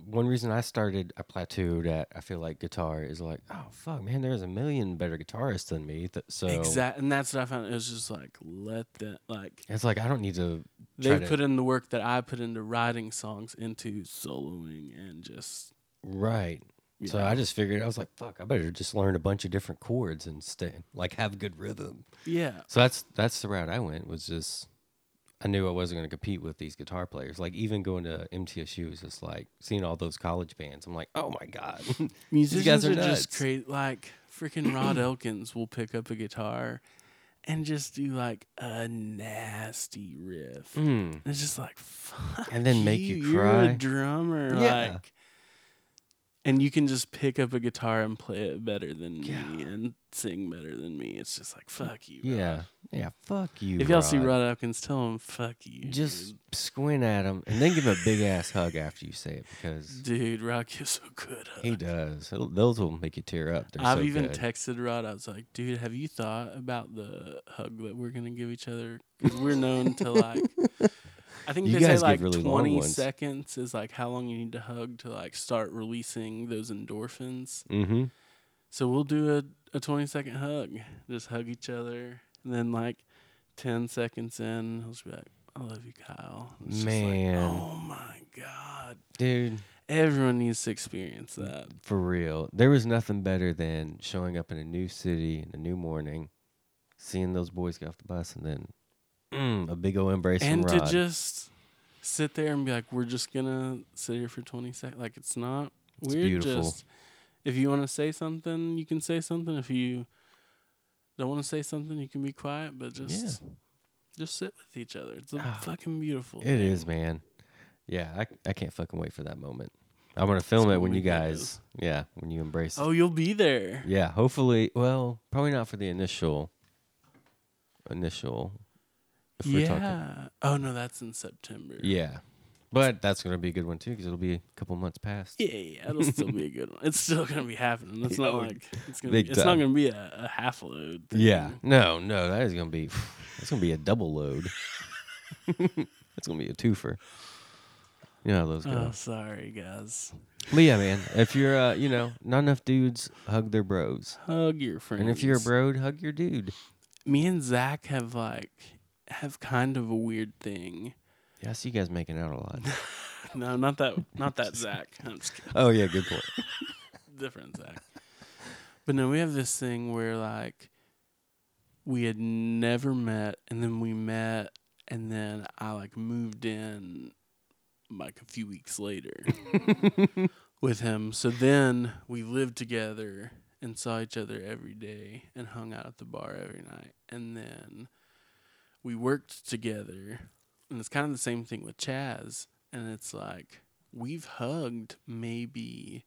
[SPEAKER 3] one reason I started I plateaued at I feel like guitar is like, oh fuck man, there's a million better guitarists than me. Th- So
[SPEAKER 4] exactly, and that's what I found. It was just like let that like
[SPEAKER 3] it's like I don't need to
[SPEAKER 4] they
[SPEAKER 3] to-
[SPEAKER 4] put in the work that I put into writing songs into soloing and just
[SPEAKER 3] right. So
[SPEAKER 4] Yeah.
[SPEAKER 3] I just figured I was like, fuck, I better just learn a bunch of different chords and stay like have good rhythm.
[SPEAKER 4] yeah.
[SPEAKER 3] So that's that's the route I went was just I knew I wasn't going to compete with these guitar players. Like even going to MTSU was just like seeing all those college bands. I'm like, oh my god, <laughs>
[SPEAKER 4] Musicians
[SPEAKER 3] guys are
[SPEAKER 4] are, just
[SPEAKER 3] nuts.
[SPEAKER 4] crazy. Like
[SPEAKER 3] <clears throat>
[SPEAKER 4] freaking Rod Elkins will pick up a guitar and just do like a nasty riff.
[SPEAKER 3] Mm.
[SPEAKER 4] It's just like fuck.
[SPEAKER 3] And then make you
[SPEAKER 4] You're
[SPEAKER 3] cry.
[SPEAKER 4] a drummer,
[SPEAKER 3] Yeah.
[SPEAKER 4] like, and you can just pick up a guitar and play it better than me and sing better than me. It's just like fuck you. Rod.
[SPEAKER 3] yeah, yeah, fuck you.
[SPEAKER 4] If y'all see
[SPEAKER 3] Rod.
[SPEAKER 4] Rod Elkins, tell him fuck you.
[SPEAKER 3] just squint at him and then give him a big ass hug after you say it because
[SPEAKER 4] dude, dude Rod gives a good hug.
[SPEAKER 3] he does. It'll- those will make you tear up. They're
[SPEAKER 4] I've
[SPEAKER 3] so
[SPEAKER 4] even
[SPEAKER 3] good.
[SPEAKER 4] texted Rod. I was like, dude, have you thought about the hug that we're going to give each other? 'Cause we're
[SPEAKER 3] <laughs>
[SPEAKER 4] known to like, I think
[SPEAKER 3] You
[SPEAKER 4] they say
[SPEAKER 3] guys give
[SPEAKER 4] like
[SPEAKER 3] really long
[SPEAKER 4] 20
[SPEAKER 3] ones.
[SPEAKER 4] seconds is like how long you need to hug to like start releasing those endorphins.
[SPEAKER 3] Mhm.
[SPEAKER 4] So we'll do a, a 20 second hug. Just hug each other. And then like 10 seconds in, he'll just be like, I love you, Kyle. It's just like,
[SPEAKER 3] Man.
[SPEAKER 4] oh my God.
[SPEAKER 3] dude.
[SPEAKER 4] Everyone needs to experience that.
[SPEAKER 3] For real, there was nothing better than showing up in a new city in a new morning, seeing those boys get off the bus, and then mm, a big old embrace
[SPEAKER 4] and
[SPEAKER 3] from
[SPEAKER 4] to
[SPEAKER 3] Rod.
[SPEAKER 4] just sit there and be like, we're just gonna sit here for twenty seconds. Like it's not.
[SPEAKER 3] It's
[SPEAKER 4] we're
[SPEAKER 3] beautiful.
[SPEAKER 4] just if you want to say something, you can say something. If you don't want to say something, you can be quiet. But just just sit with each other. It's a fucking beautiful.
[SPEAKER 3] Ah. it is, man. Yeah, I, I can't fucking wait for that moment. I'm gonna film
[SPEAKER 4] That's
[SPEAKER 3] it
[SPEAKER 4] what
[SPEAKER 3] when
[SPEAKER 4] we
[SPEAKER 3] you
[SPEAKER 4] did.
[SPEAKER 3] guys, yeah, when you embrace.
[SPEAKER 4] Oh, you'll be there.
[SPEAKER 3] Yeah, hopefully. Well, probably not for the initial. Initial. If
[SPEAKER 4] Yeah. oh no, that's in September.
[SPEAKER 3] Yeah, but that's gonna be a good one too because it'll be a couple months past.
[SPEAKER 4] Yeah, yeah, it'll still be a good one. It's still gonna be
[SPEAKER 3] <laughs>
[SPEAKER 4] happening. It's not
[SPEAKER 3] Oh,
[SPEAKER 4] like it's gonna. Be,
[SPEAKER 3] big
[SPEAKER 4] it's not
[SPEAKER 3] time.
[SPEAKER 4] gonna be a, a half load. thing.
[SPEAKER 3] Yeah. No, no, that is gonna be. That's gonna be a double load. <laughs> That's gonna be a twofer. You know how those go.
[SPEAKER 4] Oh, sorry guys.
[SPEAKER 3] But yeah, man. If you're, uh, you know, not enough dudes hug their bros,
[SPEAKER 4] Hug your friends.
[SPEAKER 3] and if you're a bro, hug your dude.
[SPEAKER 4] me and Zach have like have kind of a weird thing. <laughs>
[SPEAKER 3] Yeah, I see you guys making out a lot.
[SPEAKER 4] No, not that
[SPEAKER 3] <laughs>
[SPEAKER 4] not that Zach. I'm just kidding.
[SPEAKER 3] oh yeah, good point.
[SPEAKER 4] Different Zach. But no, we have this thing where like we had never met and then we met and then I like moved in like a few weeks later with him. So then we lived together and saw each other every day and hung out at the bar every night. And then we worked together. And it's kind of the same thing with Chaz. And it's like we've hugged maybe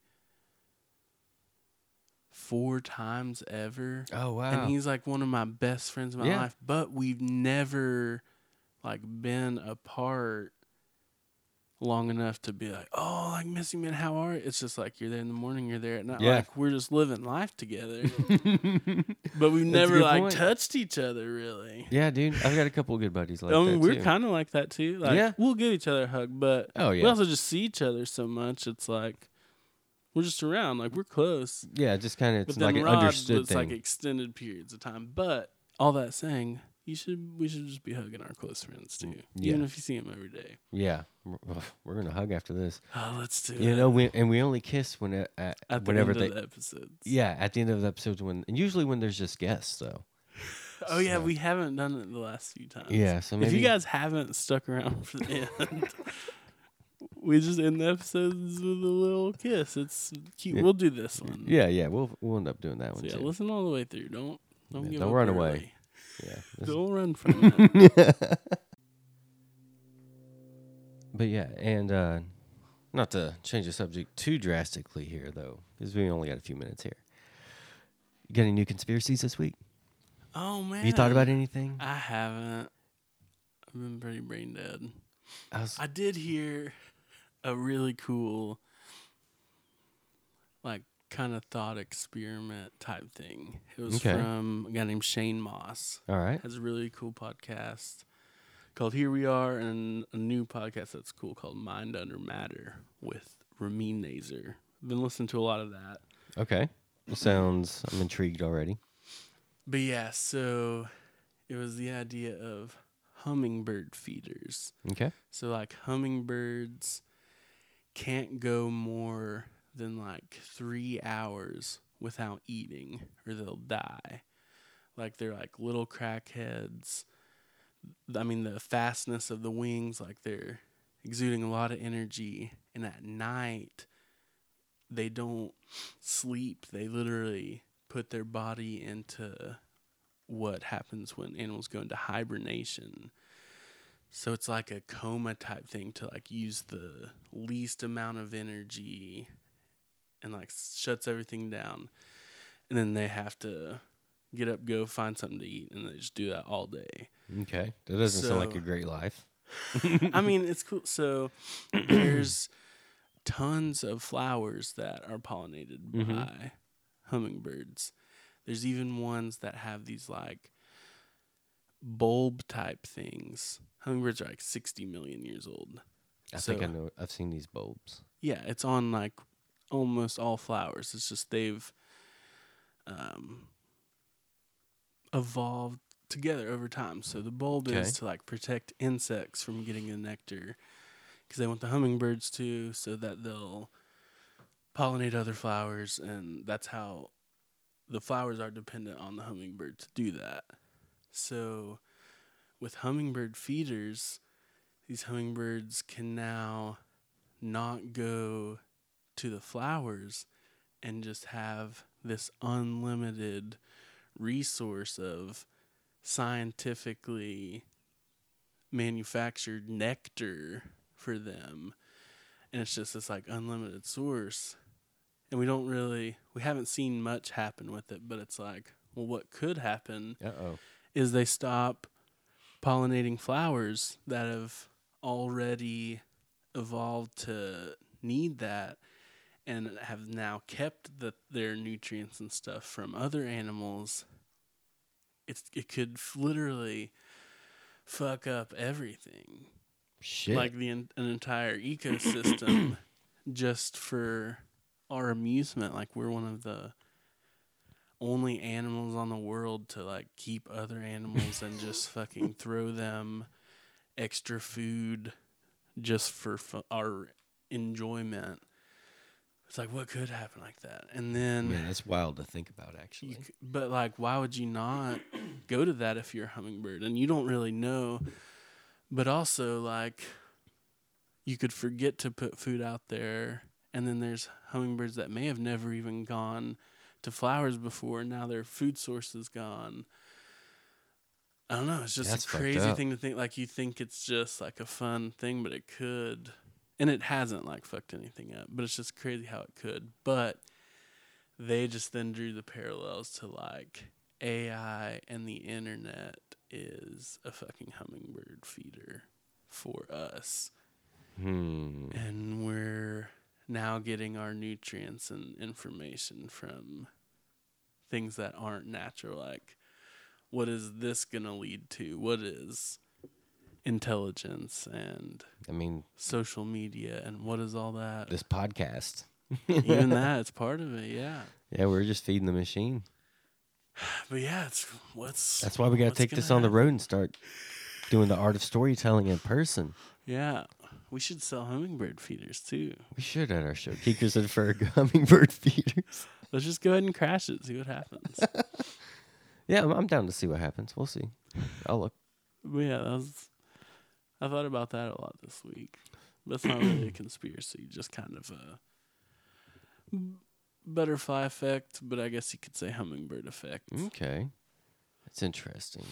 [SPEAKER 4] four times ever.
[SPEAKER 3] Oh wow.
[SPEAKER 4] And he's like one of my best friends in my
[SPEAKER 3] Yeah.
[SPEAKER 4] life, but we've never like been apart long enough to be like, oh, like missing man, how are you? It's just like you're there in the morning, you're there at night.
[SPEAKER 3] Yeah.
[SPEAKER 4] Like we're just living life together,
[SPEAKER 3] <laughs>
[SPEAKER 4] but we've never
[SPEAKER 3] good
[SPEAKER 4] like
[SPEAKER 3] point.
[SPEAKER 4] touched each other really.
[SPEAKER 3] yeah, dude. I've got a couple good buddies like
[SPEAKER 4] I
[SPEAKER 3] that
[SPEAKER 4] mean, Oh, we're
[SPEAKER 3] too.
[SPEAKER 4] kind of like that too. Like,
[SPEAKER 3] Yeah.
[SPEAKER 4] we'll give each other a hug, but
[SPEAKER 3] Oh,
[SPEAKER 4] we
[SPEAKER 3] yeah.
[SPEAKER 4] also just see each other so much. It's like we're just around, like we're close.
[SPEAKER 3] Yeah, just kind of
[SPEAKER 4] But
[SPEAKER 3] it's
[SPEAKER 4] then
[SPEAKER 3] like an
[SPEAKER 4] Rod
[SPEAKER 3] understood
[SPEAKER 4] was
[SPEAKER 3] thing.
[SPEAKER 4] like extended periods of time. But all that saying, you should we should just be hugging our close friends too, even
[SPEAKER 3] Mm, yeah.
[SPEAKER 4] if you see them
[SPEAKER 3] <gasps>
[SPEAKER 4] every day.
[SPEAKER 3] yeah, we're we're gonna hug after this.
[SPEAKER 4] Oh, let's do
[SPEAKER 3] You
[SPEAKER 4] it.
[SPEAKER 3] know, we and we only kiss when it, at,
[SPEAKER 4] at the
[SPEAKER 3] whenever
[SPEAKER 4] end
[SPEAKER 3] they.
[SPEAKER 4] of the episodes.
[SPEAKER 3] yeah, at the end of the episodes when and usually when there's just guests though.
[SPEAKER 4] Oh yeah,
[SPEAKER 3] so-
[SPEAKER 4] we haven't done it the last few times.
[SPEAKER 3] Yeah, so
[SPEAKER 4] if
[SPEAKER 3] maybe
[SPEAKER 4] you guys haven't stuck around for the end. <laughs> We just end the episodes with a little kiss. It's cute.
[SPEAKER 3] Yeah.
[SPEAKER 4] We'll do this one.
[SPEAKER 3] Yeah, yeah, we'll we'll end up doing that
[SPEAKER 4] So,
[SPEAKER 3] one
[SPEAKER 4] yeah,
[SPEAKER 3] too.
[SPEAKER 4] listen all the way through. Don't don't
[SPEAKER 3] Yeah,
[SPEAKER 4] give
[SPEAKER 3] don't
[SPEAKER 4] up
[SPEAKER 3] run <laughs>
[SPEAKER 4] early.
[SPEAKER 3] away. Yeah, this-
[SPEAKER 4] Don't run from it.
[SPEAKER 8] But yeah, and uh, not to change the subject too drastically here, though, because we only got a few minutes here. You got any new conspiracies this week?
[SPEAKER 4] Oh man,
[SPEAKER 8] Have you thought about anything?
[SPEAKER 4] I haven't. I've been pretty brain dead.
[SPEAKER 8] I was,
[SPEAKER 4] I did hear a really cool, like, kind of thought experiment type thing. It was
[SPEAKER 8] Okay.
[SPEAKER 4] from a guy named Shane Moss.
[SPEAKER 8] all right.
[SPEAKER 4] Has a really cool podcast called Here We Are, and a new podcast that's cool called Mind Under Matter with Ramin Nazer. I've been listening to a lot of that.
[SPEAKER 8] Okay. Sounds. I'm intrigued already.
[SPEAKER 4] But yeah, so it was the idea of hummingbird feeders.
[SPEAKER 8] Okay.
[SPEAKER 4] So like hummingbirds can't go more than like three hours without eating or they'll die. Like they're like little crackheads. I mean the fastness of the wings, like they're exuding a lot of energy and at night they don't sleep. They literally put their body into what happens when animals go into hibernation. So it's like a coma type thing to like use the least amount of energy and like shuts everything down. And then they have to get up, go find something to eat, and they just do that all day.
[SPEAKER 8] Okay. That doesn't sound like
[SPEAKER 4] So-
[SPEAKER 8] a great life.
[SPEAKER 4] I mean, it's cool. So there's tons of flowers that are pollinated by hummingbirds. There's even ones that have these like bulb type things. Hummingbirds are like 60 million years old.
[SPEAKER 8] I think I
[SPEAKER 4] So-
[SPEAKER 8] know. I've seen these bulbs.
[SPEAKER 4] Yeah, it's on like almost all flowers. It's just they've um, evolved together over time. So the bulb
[SPEAKER 8] Okay.
[SPEAKER 4] is to like protect insects from getting the nectar because they want the hummingbirds to, so that they'll pollinate other flowers, and that's how the flowers are dependent on the hummingbird to do that. So with hummingbird feeders, these hummingbirds can now not go to the flowers and just have this unlimited resource of scientifically manufactured nectar for them and it's just this like unlimited source and we don't really we haven't seen much happen with it but it's like well what could happen
[SPEAKER 8] Uh oh.
[SPEAKER 4] is they stop pollinating flowers that have already evolved to need that and have now kept the, their nutrients and stuff from other animals it's, it could f- literally fuck up everything
[SPEAKER 8] Shit.
[SPEAKER 4] like the en- an entire ecosystem <clears throat> just for our amusement like we're one of the only animals on the world to like keep other animals and just fucking throw them extra food just for fu- our enjoyment it's like what could happen like that and then
[SPEAKER 8] Man, that's wild to think about.
[SPEAKER 4] you
[SPEAKER 8] Actually.
[SPEAKER 4] c- but like, why would you not go to that if you're a hummingbird and you don't really know? But also, like, you could forget to put food out there, and then there's hummingbirds that may have never even gone to flowers before, and now their food source is gone. I don't know. It's just
[SPEAKER 8] That's
[SPEAKER 4] a
[SPEAKER 8] fucked
[SPEAKER 4] crazy
[SPEAKER 8] up.
[SPEAKER 4] thing to think. Like, you think it's just like a fun thing, but it could. And it hasn't like fucked anything up, but it's just crazy how it could. But they just then drew the parallels to like AI and the internet is a fucking hummingbird feeder for us.
[SPEAKER 8] Hmm.
[SPEAKER 4] And we're now getting our nutrients and information from things that aren't natural. Like, what is this going to lead to? What is intelligence and
[SPEAKER 8] I mean,
[SPEAKER 4] social media? And what is all that?
[SPEAKER 8] this podcast.
[SPEAKER 4] <laughs> Even that, it's part of it. Yeah.
[SPEAKER 8] Yeah, we're just feeding the machine.
[SPEAKER 4] But yeah, it's what's.
[SPEAKER 8] That's why we got to
[SPEAKER 4] what's
[SPEAKER 8] take
[SPEAKER 4] gonna
[SPEAKER 8] this on the
[SPEAKER 4] happen?
[SPEAKER 8] road and start doing the art of storytelling in person.
[SPEAKER 4] Yeah. We should sell hummingbird feeders too.
[SPEAKER 8] We should at our show. Keekers and Fur <laughs> Hummingbird Feeders.
[SPEAKER 4] Let's just go ahead and crash it, see what happens. but
[SPEAKER 8] Yeah, I'm, I'm down to see what happens. We'll see. I'll look.
[SPEAKER 4] yeah, that was I thought about that a lot this week. That's not really a conspiracy, just kind of a butterfly effect, but I guess you could say hummingbird effect.
[SPEAKER 3] Hmm?
[SPEAKER 8] Okay. That's interesting.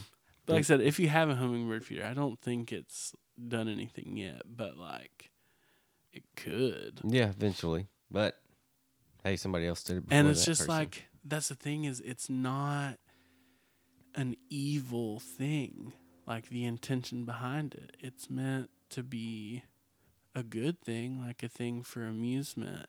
[SPEAKER 4] But like I said, if you have a hummingbird feeder, I don't think it's done anything yet, but like it could.
[SPEAKER 3] Yeah, eventually. But hey, somebody else did it. Before
[SPEAKER 4] and it's
[SPEAKER 3] that
[SPEAKER 4] just
[SPEAKER 3] person.
[SPEAKER 4] like that's the thing is it's not an evil thing like the intention behind it it's meant to be a good thing like a thing for amusement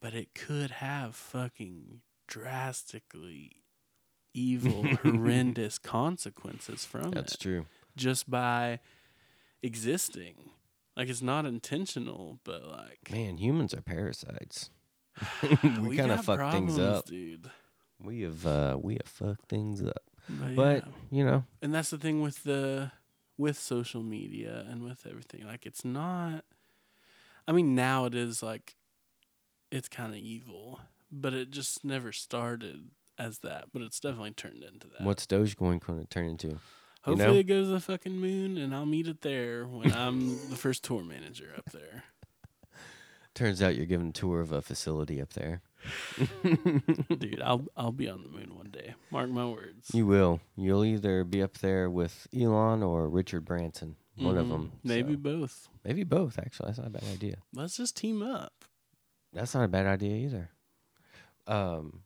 [SPEAKER 4] but it could have fucking drastically
[SPEAKER 3] <laughs>
[SPEAKER 4] evil horrendous consequences from
[SPEAKER 3] that's
[SPEAKER 4] it
[SPEAKER 3] true.
[SPEAKER 4] just by existing like it's not intentional but like
[SPEAKER 3] Man, humans are
[SPEAKER 4] <sighs>
[SPEAKER 3] parasites. <laughs> we kind of
[SPEAKER 4] got
[SPEAKER 3] fuck things
[SPEAKER 4] problems,
[SPEAKER 3] up.
[SPEAKER 4] dude
[SPEAKER 3] We have uh, we have fucked things up.
[SPEAKER 4] but,
[SPEAKER 3] But
[SPEAKER 4] yeah.
[SPEAKER 3] you know,
[SPEAKER 4] and that's the thing with the with social media and with everything like it's not i mean now it is like it's kind of evil but it just never started as that but it's definitely turned into that
[SPEAKER 3] what's Dogecoin going to turn into?
[SPEAKER 4] hopefully
[SPEAKER 3] know?
[SPEAKER 4] it goes to the fucking moon and i'll meet it there <laughs> when i'm the first tour manager up there
[SPEAKER 3] Turns out you're giving a tour of a facility up there.
[SPEAKER 4] dude i'll i'll be on the moon one day mark my words
[SPEAKER 3] You will. You'll either be up there with Elon or Richard Branson. One of
[SPEAKER 4] Mhm.
[SPEAKER 3] them.
[SPEAKER 4] maybe
[SPEAKER 3] So,
[SPEAKER 4] both
[SPEAKER 3] maybe both. Actually, that's not a bad idea.
[SPEAKER 4] let's just team up
[SPEAKER 3] That's not a bad idea either. Um,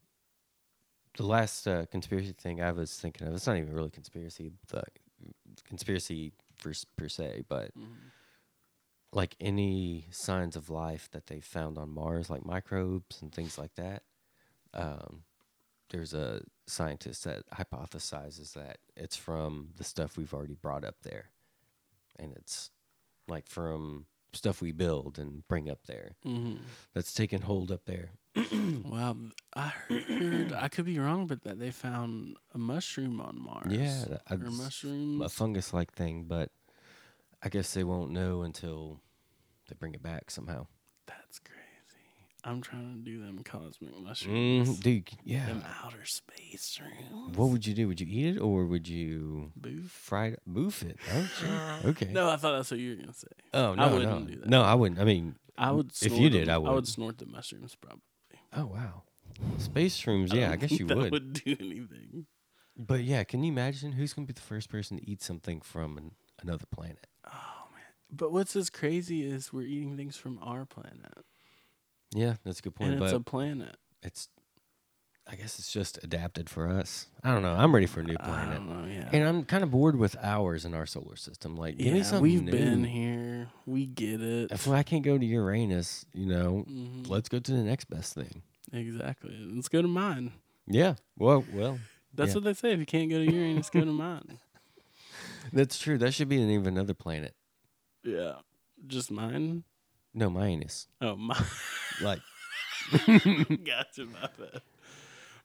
[SPEAKER 3] the last uh, conspiracy thing I was thinking of, it's not even really conspiracy, the conspiracy per, per se, but like any signs of life that they found on Mars, like microbes and things like that. Um, there's a scientist that hypothesizes that it's from the stuff we've already brought up there. And it's like from stuff we build and bring up there
[SPEAKER 4] mm-hmm.
[SPEAKER 3] that's taken hold up there.
[SPEAKER 4] Wow, I heard I could be wrong, but that they found a mushroom on Mars.
[SPEAKER 3] Yeah, that- I
[SPEAKER 4] or
[SPEAKER 3] just-
[SPEAKER 4] mushroom.
[SPEAKER 3] A fungus like thing, but I guess they won't know until they bring it back somehow.
[SPEAKER 4] That's crazy. I'm trying to do them cosmic mushrooms.
[SPEAKER 3] Mm, dude, yeah.
[SPEAKER 4] Them outer space shrooms.
[SPEAKER 3] What would you do? Would you eat it or would you
[SPEAKER 4] Boof.
[SPEAKER 3] fry it? Boof it. Oh,
[SPEAKER 4] <laughs>
[SPEAKER 3] shit. Okay.
[SPEAKER 4] No, I thought that's what you were gonna say.
[SPEAKER 3] Oh, no.
[SPEAKER 4] I wouldn't
[SPEAKER 3] no.
[SPEAKER 4] do that.
[SPEAKER 3] No, I wouldn't. I mean,
[SPEAKER 4] I would.
[SPEAKER 3] If you
[SPEAKER 4] snort
[SPEAKER 3] did,
[SPEAKER 4] them-
[SPEAKER 3] I
[SPEAKER 4] I
[SPEAKER 3] would.
[SPEAKER 4] would snort the mushrooms probably.
[SPEAKER 3] oh, wow. Space shrooms, yeah, I,
[SPEAKER 4] don't
[SPEAKER 3] guess
[SPEAKER 4] think <laughs>
[SPEAKER 3] you
[SPEAKER 4] that
[SPEAKER 3] would.
[SPEAKER 4] would do anything.
[SPEAKER 3] But yeah, can you imagine who's going to be the first person to eat something from an, another planet?
[SPEAKER 4] But what's as crazy is we're eating things from our planet,
[SPEAKER 3] Yeah, that's a good point.
[SPEAKER 4] and
[SPEAKER 3] but
[SPEAKER 4] it's a planet.
[SPEAKER 3] it's I guess it's just adapted for us. I don't know. I'm ready for a new
[SPEAKER 4] I
[SPEAKER 3] planet.
[SPEAKER 4] don't know. Um, Oh, Yeah.
[SPEAKER 3] And I'm kind of bored with ours in our solar system. Like, give me
[SPEAKER 4] yeah,
[SPEAKER 3] something
[SPEAKER 4] we've
[SPEAKER 3] new.
[SPEAKER 4] been here. We get it.
[SPEAKER 3] If I can't go to Uranus, you know,
[SPEAKER 4] Mhm.
[SPEAKER 3] let's go to the next best thing.
[SPEAKER 4] Exactly. Let's go to mine.
[SPEAKER 3] Yeah. Well, well,
[SPEAKER 4] That's
[SPEAKER 3] Yeah.
[SPEAKER 4] what they say. If you can't go to
[SPEAKER 3] <laughs>
[SPEAKER 4] Uranus, go to mine.
[SPEAKER 3] that's true. That should be the name of another planet.
[SPEAKER 4] Yeah. Just mine?
[SPEAKER 3] No, Minus.
[SPEAKER 4] Oh, <laughs> mine.
[SPEAKER 3] Like,
[SPEAKER 4] gotcha, my bad.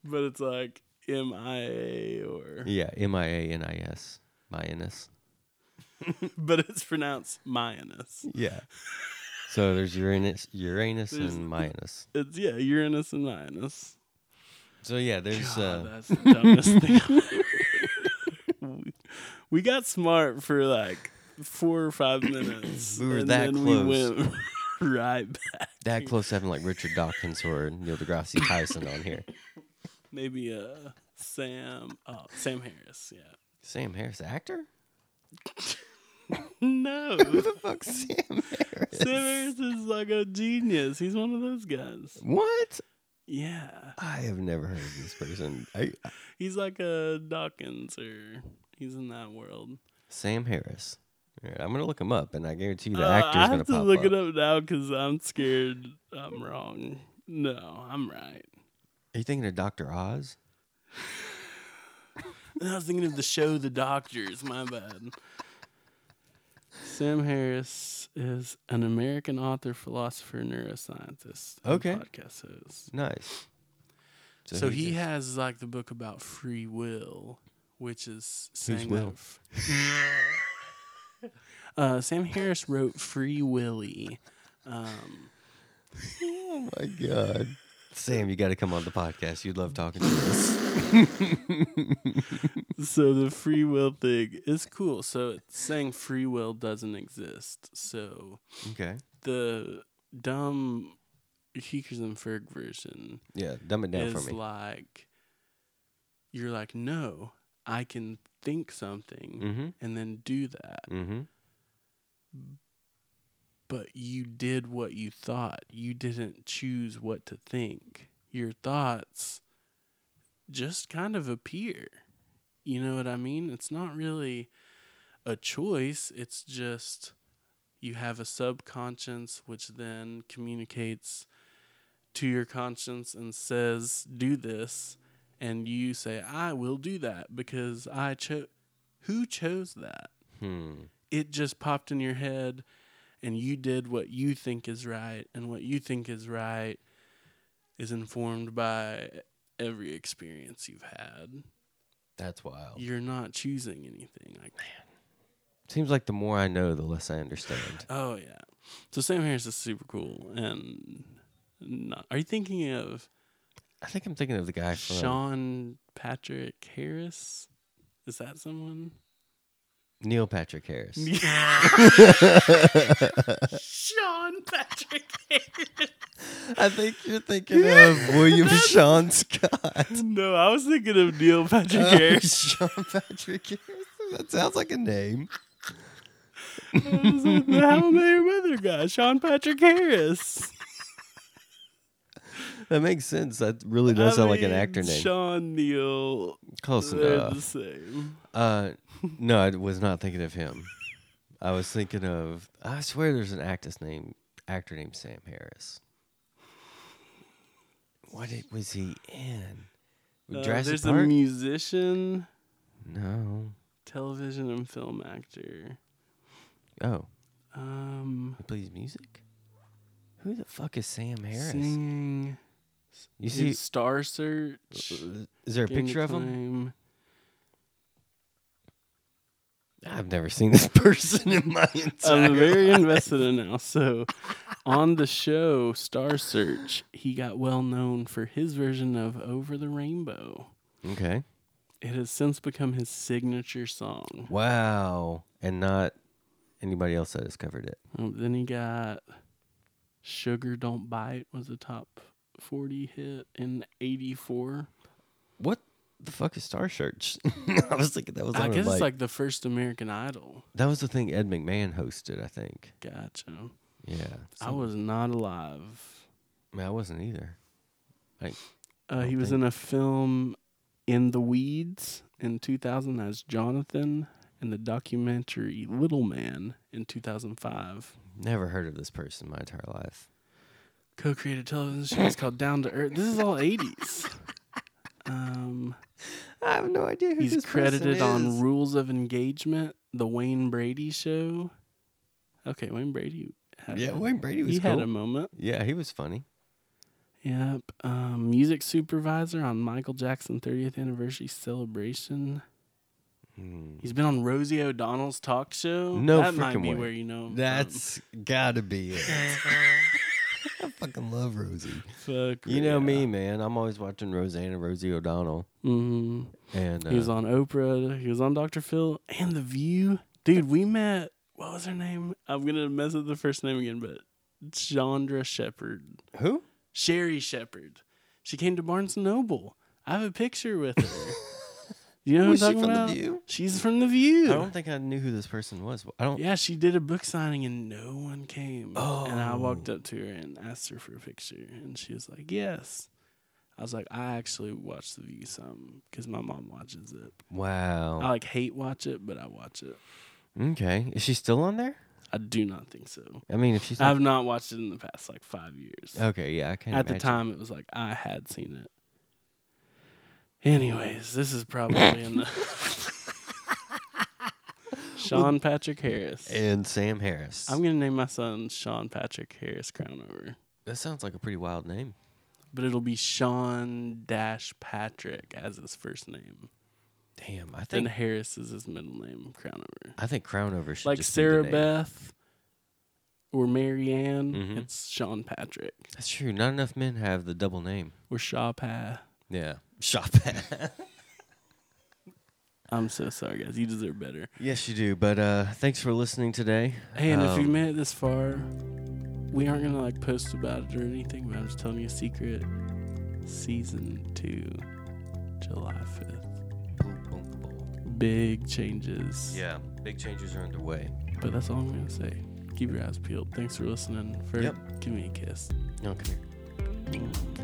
[SPEAKER 4] But it's like M-I-A or...
[SPEAKER 3] yeah, M I A N I S, Minus.
[SPEAKER 4] <laughs> But it's pronounced Minus. <laughs>
[SPEAKER 3] Yeah. so there's Uranus, Uranus,
[SPEAKER 4] There's- <laughs>
[SPEAKER 3] and Minus.
[SPEAKER 4] It's, yeah, Uranus and Minus.
[SPEAKER 3] So yeah, there's <laughs>
[SPEAKER 4] God,
[SPEAKER 3] uh,
[SPEAKER 4] Oh, that's the dumbest thing I've ever- We- We got smart for like four
[SPEAKER 3] <coughs>
[SPEAKER 4] or five minutes.
[SPEAKER 3] We were
[SPEAKER 4] and
[SPEAKER 3] that
[SPEAKER 4] then
[SPEAKER 3] close.
[SPEAKER 4] we went <laughs> right back.
[SPEAKER 3] that close to having like Richard Dawkins or Neil deGrasse Tyson on here.
[SPEAKER 4] Maybe uh, Sam... Oh, Sam Harris,
[SPEAKER 3] <laughs>
[SPEAKER 4] yeah.
[SPEAKER 3] Sam Harris, actor?
[SPEAKER 4] No.
[SPEAKER 3] Fuck <laughs> Sam Harris.
[SPEAKER 4] <laughs> Simmers is like a genius. He's one of those guys.
[SPEAKER 3] What?
[SPEAKER 4] Yeah.
[SPEAKER 3] I have never heard of this person. I,
[SPEAKER 4] He's like a Dawkins or he's in that world.
[SPEAKER 3] Sam Harris. All right, I'm gonna look him up, and I guarantee you the
[SPEAKER 4] Uh,
[SPEAKER 3] actor's
[SPEAKER 4] I
[SPEAKER 3] gonna
[SPEAKER 4] have to
[SPEAKER 3] pop
[SPEAKER 4] look
[SPEAKER 3] up.
[SPEAKER 4] it up now because I'm scared I'm wrong. No, I'm right.
[SPEAKER 3] Are you thinking of Doctor Oz?
[SPEAKER 4] I was thinking of the show The Doctors. My bad. Sam Harris is an American author, philosopher, neuroscientist, and
[SPEAKER 3] Okay.
[SPEAKER 4] podcast host.
[SPEAKER 3] Nice.
[SPEAKER 4] So, he, has like the book about free will, which is saying that
[SPEAKER 3] will?
[SPEAKER 4] f- <laughs> uh, Sam Harris wrote Free Willy. Um,
[SPEAKER 3] Oh my god. Sam, you got to come on the podcast. You'd love talking to <laughs> us.
[SPEAKER 4] so the free will thing is cool. So it's saying free will doesn't exist. So
[SPEAKER 3] Okay.
[SPEAKER 4] the dumb Heekers and Ferg version
[SPEAKER 3] Yeah, dumb it down
[SPEAKER 4] is
[SPEAKER 3] for me.
[SPEAKER 4] like you're like, no, I can think something
[SPEAKER 3] mm-hmm.
[SPEAKER 4] and then do that.
[SPEAKER 3] Mm-hmm.
[SPEAKER 4] But you did what you thought. You didn't choose what to think. Your thoughts just kind of appear. You know what I mean? It's not really a choice, it's just you have a subconscious which then communicates to your conscience and says, "Do this." And you say, "I will do that because I chose who chose that?"
[SPEAKER 3] Hmm.
[SPEAKER 4] it just popped in your head and you did what you think is right and what you think is right is informed by every experience you've had
[SPEAKER 3] That's wild.
[SPEAKER 4] you're not choosing anything like
[SPEAKER 3] Seems like the more I know, the less I understand.
[SPEAKER 4] oh yeah so sam harris is super cool and not, are you thinking of
[SPEAKER 3] I think I'm thinking of the guy from
[SPEAKER 4] sean patrick harris is that someone
[SPEAKER 3] Neil Patrick Harris.
[SPEAKER 4] <laughs> sean patrick harris
[SPEAKER 3] I think you're thinking of William Sean Scott.
[SPEAKER 4] <laughs> no i was thinking of neil patrick
[SPEAKER 3] Oh, <laughs>
[SPEAKER 4] harris
[SPEAKER 3] Sean Patrick Harris. That sounds like a name.
[SPEAKER 4] Is it the How I Met Your Mother guy, Sean Patrick Harris.
[SPEAKER 3] That makes sense. That really does
[SPEAKER 4] I
[SPEAKER 3] sound like an
[SPEAKER 4] mean,
[SPEAKER 3] actor name.
[SPEAKER 4] Sean Neal.
[SPEAKER 3] Close
[SPEAKER 4] they're
[SPEAKER 3] enough.
[SPEAKER 4] the same.
[SPEAKER 3] Uh, no, I was not thinking of him. I was thinking of. I swear, there's an actress named actor named Sam Harris. What it- was he in?
[SPEAKER 4] Uh,
[SPEAKER 3] Jurassic
[SPEAKER 4] there's
[SPEAKER 3] Park?
[SPEAKER 4] a musician,
[SPEAKER 3] no.
[SPEAKER 4] television, and film actor.
[SPEAKER 3] Oh,
[SPEAKER 4] Um,
[SPEAKER 3] he plays music. Who the fuck is Sam Harris?
[SPEAKER 4] singing.
[SPEAKER 3] you see?
[SPEAKER 4] His Star Search.
[SPEAKER 3] Is there a
[SPEAKER 4] Game
[SPEAKER 3] picture of him? <laughs>
[SPEAKER 4] Time.
[SPEAKER 3] I've never seen this <laughs> person in my entire.
[SPEAKER 4] I'm very invested in now. So, on the show Star Search, he got well known for his version of "Over the Rainbow."
[SPEAKER 3] okay.
[SPEAKER 4] It has since become his signature song.
[SPEAKER 3] Wow, and not anybody else that has covered it.
[SPEAKER 4] Um, then he got Sugar Don't Bite was a top 40 hit in 84.
[SPEAKER 3] What the fuck is Star Search? <laughs> I was thinking that was.
[SPEAKER 4] I
[SPEAKER 3] on a,
[SPEAKER 4] guess it's
[SPEAKER 3] like
[SPEAKER 4] like the first American Idol.
[SPEAKER 3] That was the thing Ed McMahon hosted, I think.
[SPEAKER 4] Gotcha.
[SPEAKER 3] Yeah.
[SPEAKER 4] I was not alive.
[SPEAKER 3] I, mean, I wasn't either.
[SPEAKER 4] Uh, he
[SPEAKER 3] don't
[SPEAKER 4] was
[SPEAKER 3] think-
[SPEAKER 4] in a film In the Weeds in 2000 as Jonathan and the documentary Little Man in 2005.
[SPEAKER 3] Never heard of this person in my entire life.
[SPEAKER 4] Co-created
[SPEAKER 3] <laughs>
[SPEAKER 4] television shows called Down to Earth. This is all 80s. Um,
[SPEAKER 3] I have no idea who
[SPEAKER 4] He's credited on Rules of Engagement, The Wayne Brady Show. Okay, Wayne Brady. Had
[SPEAKER 3] Yeah,
[SPEAKER 4] a-
[SPEAKER 3] Wayne Brady was
[SPEAKER 4] he had
[SPEAKER 3] cool.
[SPEAKER 4] a moment.
[SPEAKER 3] Yeah, he was funny.
[SPEAKER 4] Yep. Um, music supervisor on Michael Jackson 30th anniversary celebration.
[SPEAKER 3] Hmm.
[SPEAKER 4] He's been on Rosie O'Donnell's talk show.
[SPEAKER 3] No
[SPEAKER 4] that might
[SPEAKER 3] frickin'
[SPEAKER 4] be
[SPEAKER 3] way.
[SPEAKER 4] where you know him.
[SPEAKER 3] That's gotta be <laughs> it. I fucking love Rosie.
[SPEAKER 4] from. <laughs> Fuck
[SPEAKER 3] You know me, man. I'm always watching Roseanne and Rosie O'Donnell.
[SPEAKER 4] hmm
[SPEAKER 3] And uh,
[SPEAKER 4] He was on Oprah. He was on Dr. Phil and The View. Dude, we met. What was her name? I'm gonna mess up the first name again, but Chandra Shepherd.
[SPEAKER 3] who?
[SPEAKER 4] Sherry Shepherd. She came to Barnes and Noble. I have a picture with her.
[SPEAKER 3] <laughs>
[SPEAKER 4] you know
[SPEAKER 3] Was she
[SPEAKER 4] what I'm talking
[SPEAKER 3] from The
[SPEAKER 4] about?
[SPEAKER 3] View?
[SPEAKER 4] She's from the View.
[SPEAKER 3] I don't think I knew who this person was. I don't.
[SPEAKER 4] yeah, she did a book signing and no one came. And I walked
[SPEAKER 3] Oh.
[SPEAKER 4] up to her and asked her for a picture, and she was like, "Yes." I was like, "I actually watch The View some because my mom watches it.
[SPEAKER 3] Wow.
[SPEAKER 4] I like hate watch it, but I watch it.
[SPEAKER 3] okay. Is she still on there?
[SPEAKER 4] I do not think so.
[SPEAKER 3] I mean, if she's not
[SPEAKER 4] I've not watched it in the past like five years.
[SPEAKER 3] Okay, yeah, I can
[SPEAKER 4] At the
[SPEAKER 3] imagine.
[SPEAKER 4] time, it was like I had seen it. Anyways, this
[SPEAKER 3] <laughs>
[SPEAKER 4] is probably enough. Sean Patrick Harris.
[SPEAKER 3] And Sam Harris.
[SPEAKER 4] I'm gonna name my son Sean Patrick Harris Crownover,
[SPEAKER 3] that sounds like a pretty wild name.
[SPEAKER 4] but it'll be Sean Dash Patrick as his first name,
[SPEAKER 3] Damn, I
[SPEAKER 4] and
[SPEAKER 3] think
[SPEAKER 4] Harris is his middle name, Crownover.
[SPEAKER 3] I think Crownover should
[SPEAKER 4] Like
[SPEAKER 3] just
[SPEAKER 4] Sarah
[SPEAKER 3] be the name.
[SPEAKER 4] Beth or Marianne,
[SPEAKER 3] Mhm.
[SPEAKER 4] it's Sean Patrick
[SPEAKER 3] That's true. Not enough men have the double name.
[SPEAKER 4] or Shaw Pa.
[SPEAKER 3] Yeah,
[SPEAKER 4] <laughs>
[SPEAKER 3] shop.
[SPEAKER 4] I'm so sorry, guys. You deserve better.
[SPEAKER 3] yes, you do. But uh thanks for listening today.
[SPEAKER 4] Hey, and if you
[SPEAKER 3] Um,
[SPEAKER 4] made it this far, we aren't gonna like post about it or anything, but I'm just telling you a secret. Season two, July 5th.
[SPEAKER 3] boom, boom, boom.
[SPEAKER 4] Big changes.
[SPEAKER 3] yeah, Big changes are underway.
[SPEAKER 4] But that's all I'm going to say. Keep your eyes peeled. Thanks for listening. For
[SPEAKER 3] Yep.
[SPEAKER 4] Give me a kiss.
[SPEAKER 3] Okay.
[SPEAKER 4] Mm.